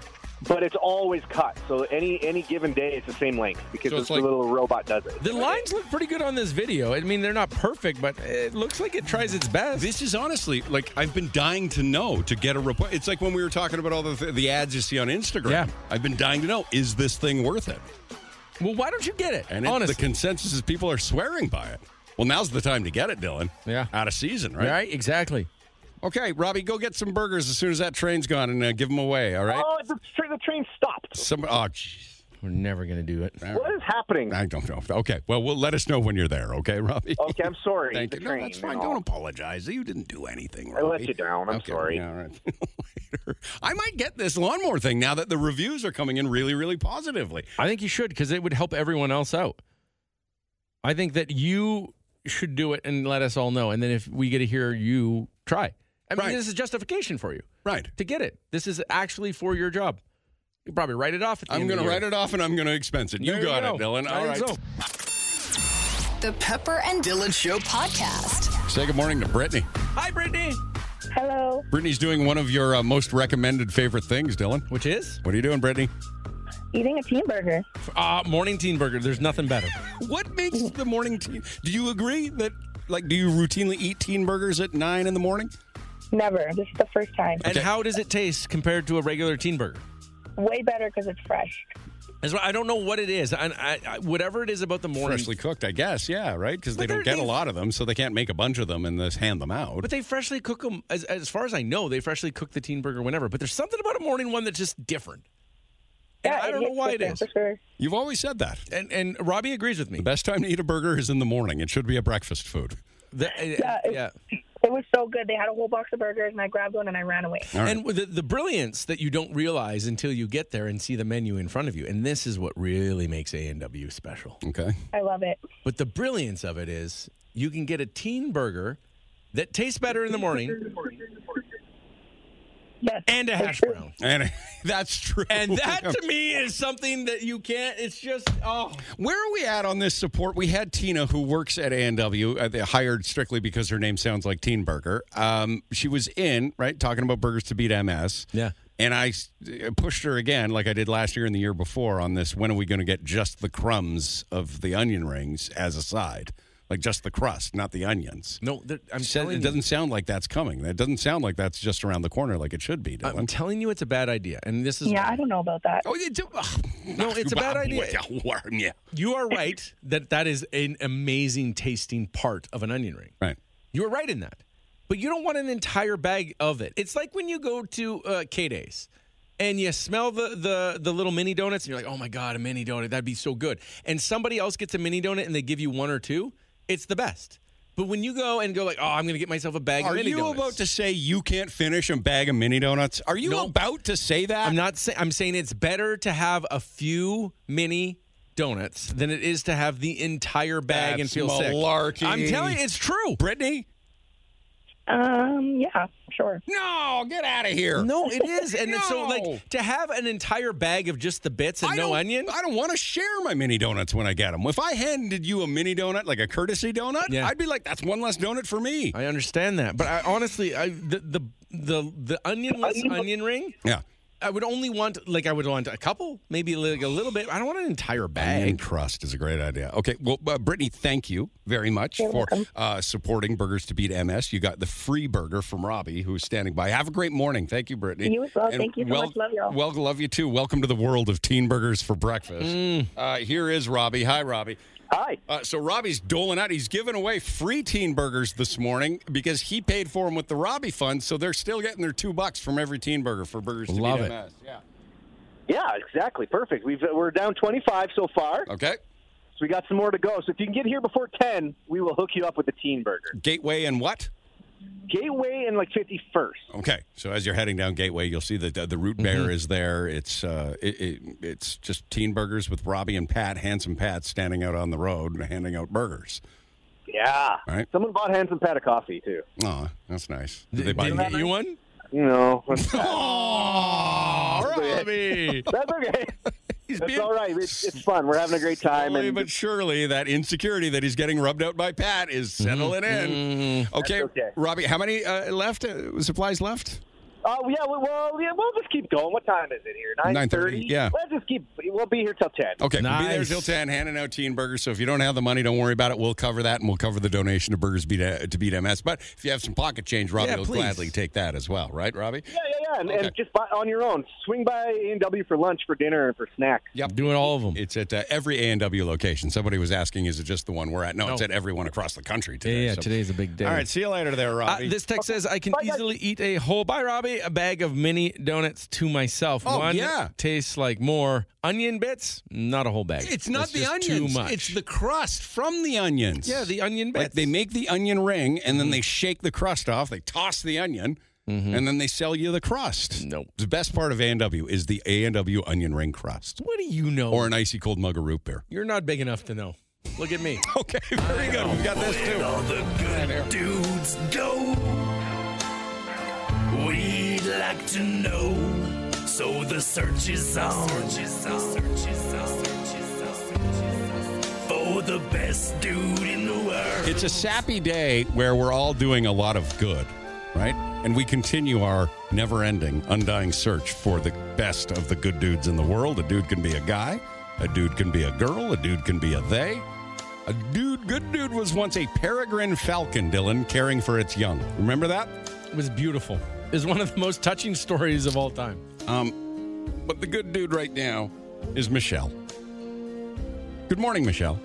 but it's always cut. So any any given day, it's the same length because So this it's like- little robot does it. The lines look pretty good on this video. I mean, they're not perfect, but it looks like it tries its best. This is honestly like I've been dying to know to get a report. It's like when we were talking about all the th- the ads you see on Instagram. Yeah. I've been dying to know is this thing worth it? Well, why don't you get it? And it, the consensus is people are swearing by it. Well, now's the time to get it, Dylan. Yeah. Out of season, right? Right, exactly. Okay, Robbie, go get some burgers as soon as that train's gone and uh, give them away, all right? Oh, the, tra- the train stopped. Some, oh, jeez. We're never going to do it. What is happening? I don't know. Okay, well, we'll let us know when you're there, okay, Robbie? *laughs* Okay, I'm sorry. Thank Oh, the you. No, Train, that's fine. and Don't all. apologize. You didn't do anything. I let Robbie. you down. I'm Okay, sorry. yeah, all right. *laughs* Later. I might get this lawnmower thing now that the reviews are coming in really, really positively. I think you should because it would help everyone else out. I think that you should do it and let us all know. And then if we get to hear you try, I mean, Right. this is justification for you. Right. To get it. This is actually for your job. You probably write it off at the I'm end going of to the year. write it off and I'm going to expense it. You There got it, go. Dylan. All I right. think The Pepper and Dylan Show podcast. Say good morning to Brittany. Hi, Brittany. Hello. Brittany's doing one of your uh, most recommended favorite things, Dylan. Which is? What are you doing, Brittany? Eating a teen burger. so. Ah, morning teen burger. There's nothing better. What makes the morning tea? Do you agree that, like, do you routinely eat teen burgers at nine in the morning? Never. This is the first time. And how does it taste compared to a regular teen burger? Way better because it's fresh. As well, I don't know what it is. And I, I, whatever it is about the morning. Freshly cooked, I guess. Yeah, right? Because they But don't they're- get a lot of them, so they can't make a bunch of them and just hand them out. But they freshly cook them. As, as far as I know, they freshly cook the teen burger whenever. But there's something about a morning one that's just different. And I don't know why it is. You've always said that. And and Robbie agrees with me. The best time to eat a burger is in the morning. It should be a breakfast food. The- uh, yeah. It was so good. They had a whole box of burgers, and I grabbed one and I ran away. And with the, the brilliance that you don't realize until you get there and see the menu in front of you. And this is what really makes A&W special. Okay. I love it. But the brilliance of it is you can get a teen burger that tastes better in the morning and a hash brown. And *laughs* that's true. And that to me is something that you can't, it's just, oh. Where are we at on this support? We had Tina, who works at A&W, uh, they hired strictly because her name sounds like Teen Burger. Um, she was in, right, talking about burgers to beat MS. Yeah. And I s- uh, pushed her again, like I did last year and the year before, on this. When are we going to get just the crumbs of the onion rings as a side? Like just the crust, not the onions. No, th- I'm Said- telling it you. doesn't sound like that's coming. That doesn't sound like that's just around the corner, like it should be. Dylan. I'm telling you, it's a bad idea. And this is Yeah, I don't know about that. Oh, you do. No, it's *laughs* a bad idea. Yeah. You are right that that is an amazing tasting part of an onion ring. Right. You are right in that. But you don't want an entire bag of it. It's like when you go to uh, K Days and you smell the, the the little mini donuts and you're like, oh my God, a mini donut. That'd be so good. And somebody else gets a mini donut and they give you one or two. It's the best. But when you go and go like, oh, I'm going to get myself a bag Are of mini you donuts. about to say you can't finish a bag of mini donuts? Are you about to say that? I'm not saying I'm saying it's better to have a few mini donuts than it is to have the entire bag and That's feel sick. malarkey. I'm telling you, it's true. Brittany, Um, yeah, sure. No, get out of here. No, it is. And it's so, No. like, to have an entire bag of just the bits and no don't- onion. I don't want to share my mini donuts when I get them. If I handed you a mini donut, like a courtesy donut, Yeah. I'd be like, that's one less donut for me. I understand that, but I honestly, I the the the, the onionless onion ring. Yeah. I would only want like I would want a couple, maybe like a little bit. I don't want an entire bag. Onion crust is a great idea. Okay, well, uh, Brittany, thank you very much for uh, supporting Burgers to Beat MS. You got the free burger from Robbie, who's standing by. Have a great morning. Thank you, Brittany. You as well. Thank you so much. Love y'all. Well, love you too. Welcome to the world of teen burgers for breakfast. Mm. Uh, here is Robbie. Hi, Robbie. Hi. Uh, so Robbie's doling out. He's giving away free teen burgers this morning because he paid for them with the Robbie Fund, so they're still getting their two bucks from every teen burger for Burgers Love to it. Beat MS. Yeah. Yeah, exactly. Perfect. We've we're down 25 so far. Okay. So we got some more to go. So if you can get here before 10, we will hook you up with the teen burger. Gateway and what? Gateway and like 51st. Okay, so as you're heading down Gateway, you'll see that the, the root bear Mm-hmm. is there. It's uh, it, it, it's just teen burgers with Robbie and Pat, handsome Pat, standing out on the road and handing out burgers. Yeah. All right. Someone bought Hanson Pat a coffee too. Oh, that's nice. Did they buy Did you? they get you one? No. Oh, Robbie. That's okay. It's all right. It's, it's fun. We're having a great time. Slowly And but surely, that insecurity that he's getting rubbed out by Pat is settling in. Mm-hmm. Okay, Robbie, how many uh, left? Uh, supplies left? oh yeah, we- well yeah, we'll just keep going. What time is it here? 9:30, yeah. Let's just keep. We'll be here till ten. Okay, we'll be there Nice. till 10, handing out teen burgers. So if you don't have the money, don't worry about it. We'll cover that, and we'll cover the donation to Burgers Beat, uh, to Beat MS. But if you have some pocket change, Robbie Yeah, will please. gladly take that as well, right, Robbie? Yeah, yeah, yeah. And, and just buy, on your own. Swing by A and W for lunch, for dinner, and for snacks. Yep. Doing all of them. It's at uh, every A&W location. Somebody was asking, is it just the one we're at? No, No. it's at everyone across the country today. so- today's a big day. All right, see you later there, Uh, Robbie. this text says I can easily eat a whole by Robbie a bag of mini donuts to myself. Oh, One yeah. tastes like more onion bits, not a whole bag. It's not That's the just onions. Too much. It's the crust from the onions. yeah, the onion bits. Mm-hmm. like they make the onion ring and then they shake the crust off. They toss the onion and then they sell you the crust. Nope. The best part of A&W is the A&W onion ring crust what do you know? or an icy cold mug of root beer. You're not big enough to know. Look at me. *laughs* Okay, very good. We've got this too. the good dudes go. We'd like to know. So the search is on. For the best dude in the world. It's a sappy day where we're all doing a lot of good, right? And we continue our never ending, undying search for the best of the good dudes in the world. A dude can be a guy, a dude can be a girl, a dude can be a they. A dude, good dude, was once a peregrine falcon, Dylan, caring for its young. Remember that? It was beautiful. Is one of the most touching stories of all time. Um, but the good dude right now is Michelle. Good morning, Michelle.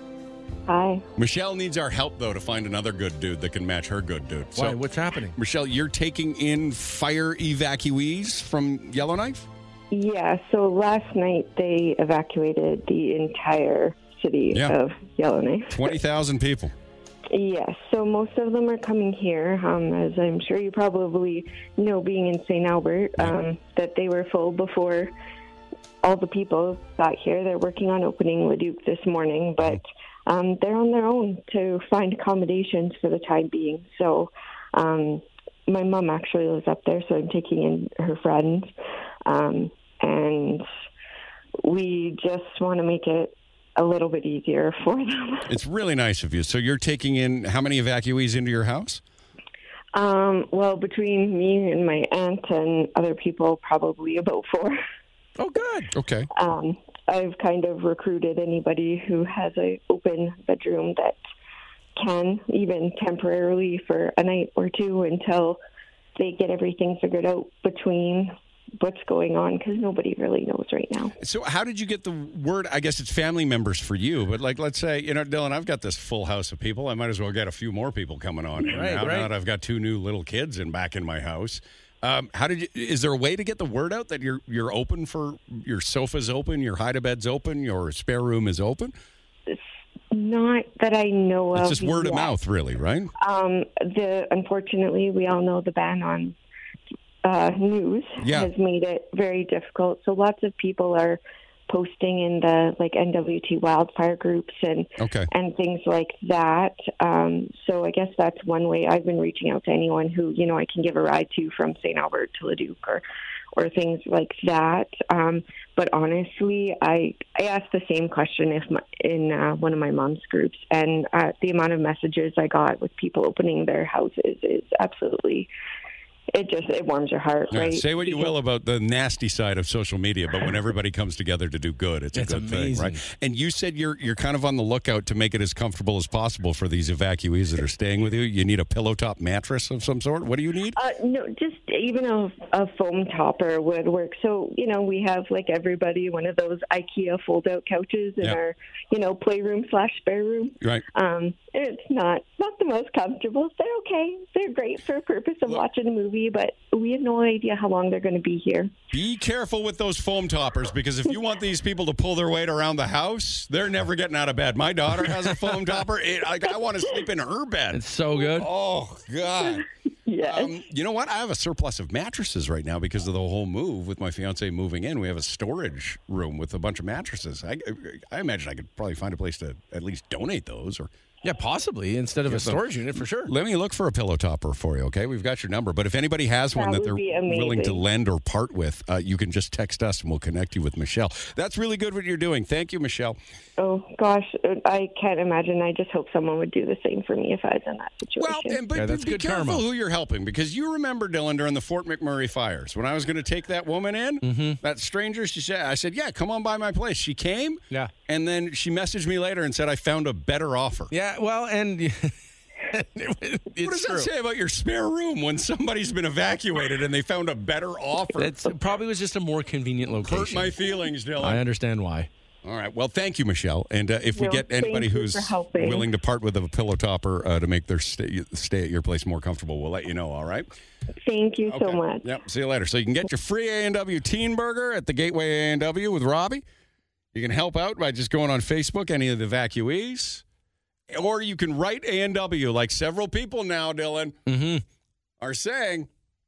Hi. Michelle needs our help, though, to find another good dude that can match her good dude. Why? What's happening? Michelle, you're taking in fire evacuees from Yellowknife? Yeah, so last night they evacuated the entire city Yeah. of Yellowknife. 20,000 people. Yes, so most of them are coming here, um, as I'm sure you probably know, being in St. Albert, um, that they were full before all the people got here. They're working on opening Leduc this morning, but um, they're on their own to find accommodations for the time being. So um, my mom actually lives up there, so I'm taking in her friends. Um, and we just want to make it a little bit easier *laughs* for them. It's really nice of you. So you're taking in how many evacuees into your house? Um, well, between me and my aunt and other people, probably about four. *laughs* Oh, good. Okay. Um, I've kind of recruited anybody who has a open bedroom that can, even temporarily for a night or two, until they get everything figured out between what's going on, because nobody really knows right now. So how did you get the word? I guess it's family members for you, but like, let's say, you know, Dylan, I've got this full house of people. I might as well get a few more people coming on. in Right, now, right. now that I've got two new little kids in back in my house. Um, how did you, is there a way to get the word out that you're, you're open for your sofa's open, your hide a bed's open, your spare room is open? Not that I know of. it's just word of yet. mouth really, right? Um, the unfortunately, we all know the ban on uh, news Yeah. has made it very difficult. So lots of people are posting in the like NWT wildfire groups and Okay. and things like that. Um, so I guess that's one way I've been reaching out to anyone who you know I can give a ride to from St. Albert to Leduc or or things like that. Um, but honestly, I I asked the same question if my, in uh, one of my mom's groups, and uh, the amount of messages I got with people opening their houses is absolutely. It just it warms your heart, Yeah, right? Say what you will about the nasty side of social media, but when everybody comes together to do good, it's a That's good amazing. thing, right? And you said you're you're kind of on the lookout to make it as comfortable as possible for these evacuees that are staying with you. You need a pillow top mattress of some sort. What do you need? Uh, no, just even a, a foam topper would work. So, you know, we have like everybody one of those IKEA fold out couches in Yeah. our, you know, playroom slash spare room. Right. Um, it's not not the most comfortable. They're okay. They're great for a purpose of watching a movie, but we have no idea how long they're going to be here. Be careful with those foam toppers because if you want these people to pull their weight around the house, they're never getting out of bed. My daughter has a foam topper. It, I, I want to sleep in her bed. It's so good. Oh God. Yes. Um, you know what? I have a surplus of mattresses right now because of the whole move with my fiance moving in. We have a storage room with a bunch of mattresses. I, I imagine I could probably find a place to at least donate those or. Yeah, possibly instead of a Get them. storage unit for sure. Let me look for a pillow topper for you, okay? We've got your number. But if anybody has That one that would they're be willing to amazing. lend or part with, uh, you can just text us and we'll connect you with Michelle. That's really good what you're doing. Thank you, Michelle. Oh gosh, I can't imagine. I just hope someone would do the same for me if I was in that situation. Well, and, but but be careful who you're helping because you remember Dylan during the Fort McMurray fires when I was going to take that woman in, that stranger. She said, "I said, yeah, come on by my place." She came, yeah, and then she messaged me later and said, "I found a better offer." Yeah, well, and *laughs* what does that say about your spare room when somebody's been evacuated and they found a better offer? It's, it probably was just a more convenient location. Hurt my feelings, Dylan. I understand why. All right. Well, thank you, Michelle. And uh, if we No, get thank anybody you for who's helping. willing to part with a pillow topper uh, to make their stay, stay at your place more comfortable, we'll let you know. All right. Thank you so Okay. much. Yep. See you later. So you can get your free A and W Teen Burger at the Gateway A and W with Robbie. You can help out by just going on Facebook, any of the evacuees, or you can write A and W like several people now, Dylan, Mm-hmm. are saying.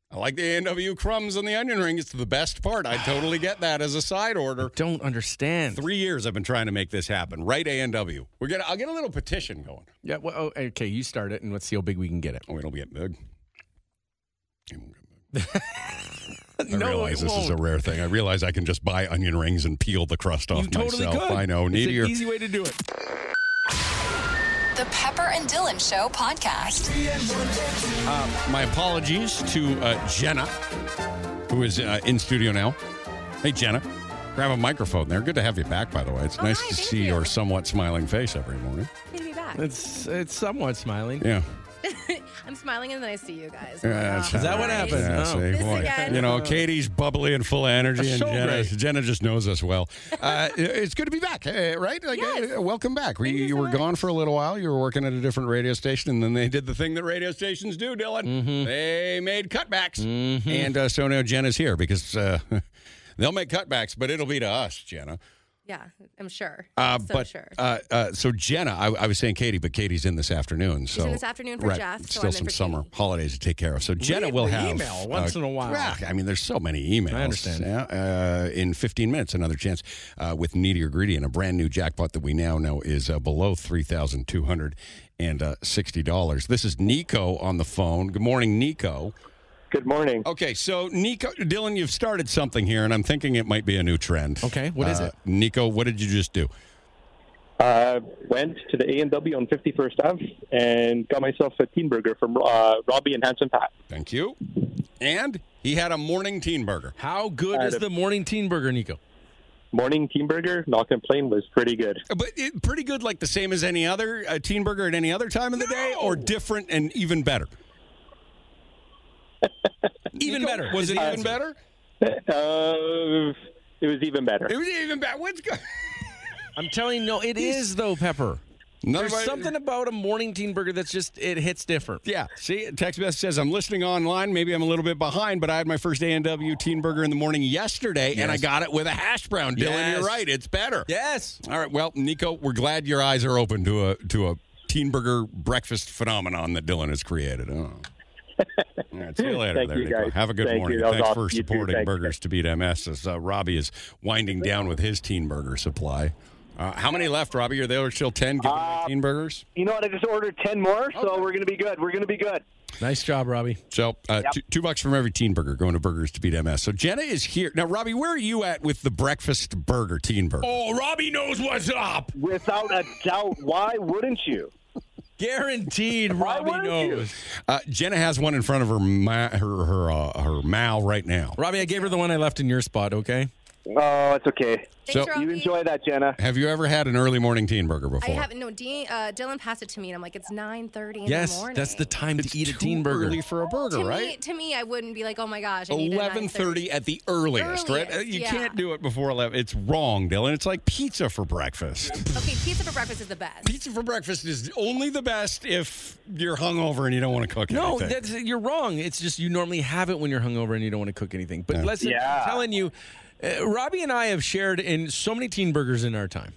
I like the A and W crumbs on the onion ring. It's the best part. I totally get that as a side order. don't understand. Three years I've been trying to make this happen. Write A and W. We're gonna. I'll get a little petition going. Yeah. Well, oh, okay. You start it, and let's see how big we can get *laughs* it. Oh, it'll be big. I realize this is a rare thing. I realize I can just buy onion rings and peel the crust off You totally myself. could. I know. It's Need an your easy way to do it. The Pepper and Dylan Show podcast. Uh, my apologies to uh, Jenna, who is uh, in studio now. Hey, Jenna, grab a microphone there. Good to have you back, by the way. It's nice to see your somewhat smiling face every morning. Good to be back. It's it's somewhat smiling. Yeah. I'm smiling and then I see you guys. Yeah, I'm like, that's- oh, Is that what nice. happened? Yeah, Oh. see, This boy. again. You know, Katie's bubbly and full of energy, and So Jenna, great. Jenna just knows us well. Uh, it's good to be back, eh, right? Like, uh, welcome back. We, you were gone for a little while. You were working at a different radio station, and then they did the thing that radio stations do, Dylan. Mm-hmm. They made cutbacks. And uh, so now Jenna's here because uh, *laughs* they'll make cutbacks, but it'll be to us, Jenna. Yeah, I'm sure. Uh, so but sure. uh, uh, so Jenna, I, I was saying Katie, but Katie's in this afternoon. So in this afternoon for Jeff, so Still I'm in some for summer holidays to take care of. So Jenna Read will the have email once in a while. yeah, I mean, there's so many emails. I understand. Yeah, uh, in 15 minutes, another chance uh, with Needy or Greedy and a brand new jackpot that we now know is uh, below three thousand two hundred and uh, sixty dollars. This is Nico on the phone. Good morning, Nico. Good morning. Okay, so Nico, Dylan, you've started something here, and I'm thinking it might be a new trend. Okay, what is it? Nico? What did you just do? Uh, went to the A and W on 51st Ave and got myself a teen burger from uh, Robbie and Handsome Pat. Thank you. And he had a morning teen burger. How good Had is a- the morning teen burger, Nico? Morning teen burger, not complain, was pretty good. But it, pretty good, like the same as any other uh, teen burger at any other time of the day, or different and *laughs* even better. even better. Was is it the even answer. better? *laughs* Uh, it was even better. It was even better. *laughs* What's good? I'm telling you, no, it is though, Pepper. Nobody- There's something about a morning teen burger that's just it hits different. Yeah. See, text message says I'm listening online. Maybe I'm a little bit behind, but I had my first A and W teen burger in the morning yesterday, and I Yes. got it with a hash brown. Dylan, Yes. you're right. It's better. Yes. All right. Well, Nico, we're glad your eyes are open to a to a teen burger breakfast phenomenon that Dylan has created. Oh. *laughs* All right, see you later. Thank there, you, Nico. guys. Have a good Thank you. morning. That was Thanks awesome. for You too. supporting Thanks. Burgers to Beat MS as uh, Robbie is winding down with his teen burger supply. Uh, how many left, Robbie? Are there still 10 giving away Uh, teen burgers? You know what? I just ordered 10 more, so we're going to be good. We're going to be good. Nice job, Robbie. So, uh, Yep. two, two bucks from every teen burger going to Burgers to Beat MS. So, Jenna is here. Now, Robbie, where are you at with the breakfast burger, teen burger? Oh, Robbie knows what's up. Without a doubt. Why wouldn't you? *laughs* Guaranteed, Robbie knows. Uh, Jenna has one in front of her ma- her her, uh, her mouth right now. Robbie, I gave her the one I left in your spot. Okay. Oh, it's okay. Thanks, you enjoy that, Jenna. Have you ever had an early morning teen burger I before? haven't. No, Dean, uh, Dylan passed it to me, and I'm like, it's 9:30 in the morning. the time to eat a teen burger. Early for a burger, to Me, right? to me, I wouldn't be like, oh my gosh, I need a 11:30 at the earliest, right? Uh, Earliest, You yeah. can't do it before 11. It's wrong, Dylan. It's like pizza for breakfast. 9:30. Okay, pizza for breakfast is the *laughs* best. pizza for breakfast is only the best if you're hungover and you don't want to cook No, anything. that's, you're wrong. It's just you normally have it when you're hungover and you don't want to cook anything. But Yeah. listen, Yeah. I'm telling you, uh, Robbie and I have shared in so many teen burgers in our time.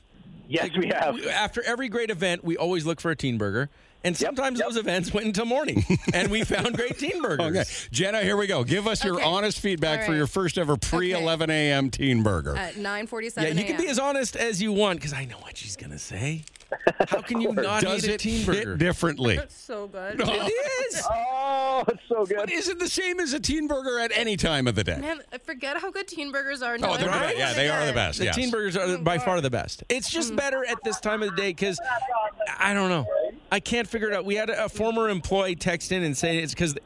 Yes, we have. After every great event, we always look for a teen burger. And sometimes those events went *laughs* until morning, and we found great teen burgers. Okay. Jenna, here we go. Give us your Okay. honest feedback All for right. Uh, your first ever pre 11 a.m. teen burger. At 9:47. Yeah, Uh, you can be a.m.. as honest as you want because I know what she's gonna say. How can you not Does eat a it teen hit burger differently? *laughs* so good. It is. Oh, it's so good. But is it the same as a teen burger at any time of the day? Man, I forget how good teen burgers are. Oh, they're I great. really Yeah, wanna they are get the it. best. The yes. teen burgers are by far the best. It's Mm-hmm. just better at this time of the day because I don't know. I can't figure it out. We had a, a former employee text in and say it's because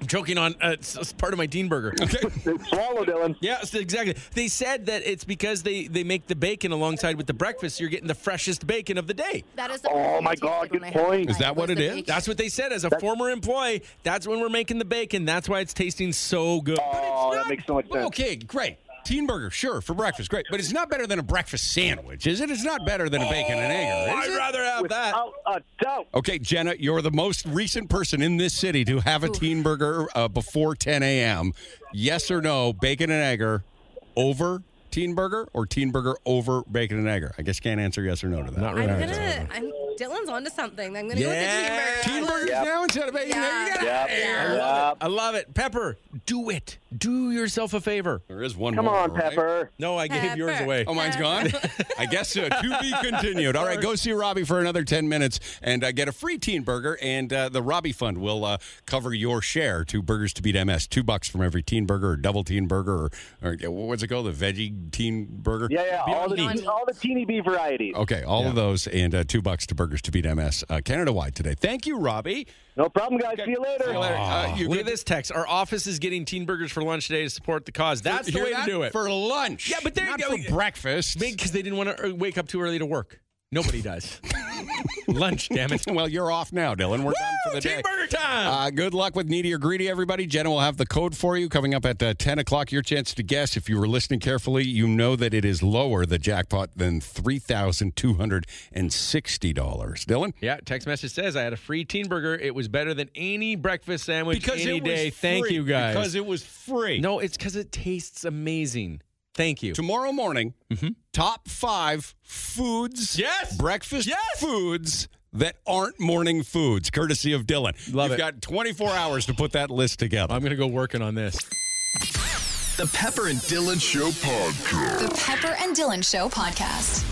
I'm choking on uh, it's, it's part of my teen burger. *laughs* Swallow, Dylan. Yes, exactly. They said that it's because they they make the bacon alongside with the breakfast. You're getting the freshest bacon of the day. That is the Oh, perfect my tasted God, when good I had it point. live was the bacon. That's what they said as a former employee. That's when we're making the bacon. That's why it's tasting so good. Oh, that makes so much sense. Okay, great. Teen burger, sure, for breakfast, great. But it's not better than a breakfast sandwich, is it? It's not better than a bacon and egg, is it? rather have that. Without a doubt. Okay, Jenna, you're the most recent person in this city to have a teen burger uh, before 10 a.m. Yes or no, bacon and egger over teen burger or teen burger over bacon and egger? I guess can't answer yes or no to that. Not I'm gonna. I'm Dylan's onto something. I'm gonna Yeah. go with the teen burger. burgers now instead of bacon and egg. Yeah. I love it. I love it. Pepper, do it. Do yourself a favor. There is one Come more, on, right? Pepper. No, I gave yours Pepper. away. Oh, mine's gone? *laughs* I guess uh, to be continued. All right, go see Robbie for another 10 minutes and uh, get a free teen burger. And uh, the Robbie Fund will uh, cover your share to Burgers to Beat MS. Two bucks from every teen burger or double teen burger or, or uh, what's it called? The veggie teen burger? Yeah, yeah. All the, Beyond meat. all the teeny bee varieties. Okay, all of those and uh, two bucks to Burgers to Beat MS uh, Canada wide today. Thank you, Robbie. No problem, guys. See you later. Uh, Aw, look at this text. Our office is getting teen burgers for lunch today to support the cause. That's the Hear way that? to do it. For lunch. yeah, but there Not you go. for breakfast. *laughs* Because they didn't want to wake up too early to work. Nobody does. *laughs* lunch, damn it. well, you're off now, Dylan. We're done for the teen day. burger time. Uh, good luck with Needy or Greedy, everybody. Jenna will have the code for you coming up at uh, 10 o'clock. Your chance to guess. If you were listening carefully, you know that it is lower, the jackpot, than $3,260. Dylan? Yeah, text message says I had a free teen burger. It was better than any breakfast sandwich Because any it was day. Thank free. you guys. Because it was free. No, it's because it tastes amazing. Thank you. Tomorrow morning, Mm-hmm. top five foods. Yes. Breakfast foods that aren't morning foods, courtesy of Dylan. Love You've got it. 24 hours to put that list together. I'm going to go working on this. The Pepper and Dylan Show podcast. The Pepper and Dylan Show podcast.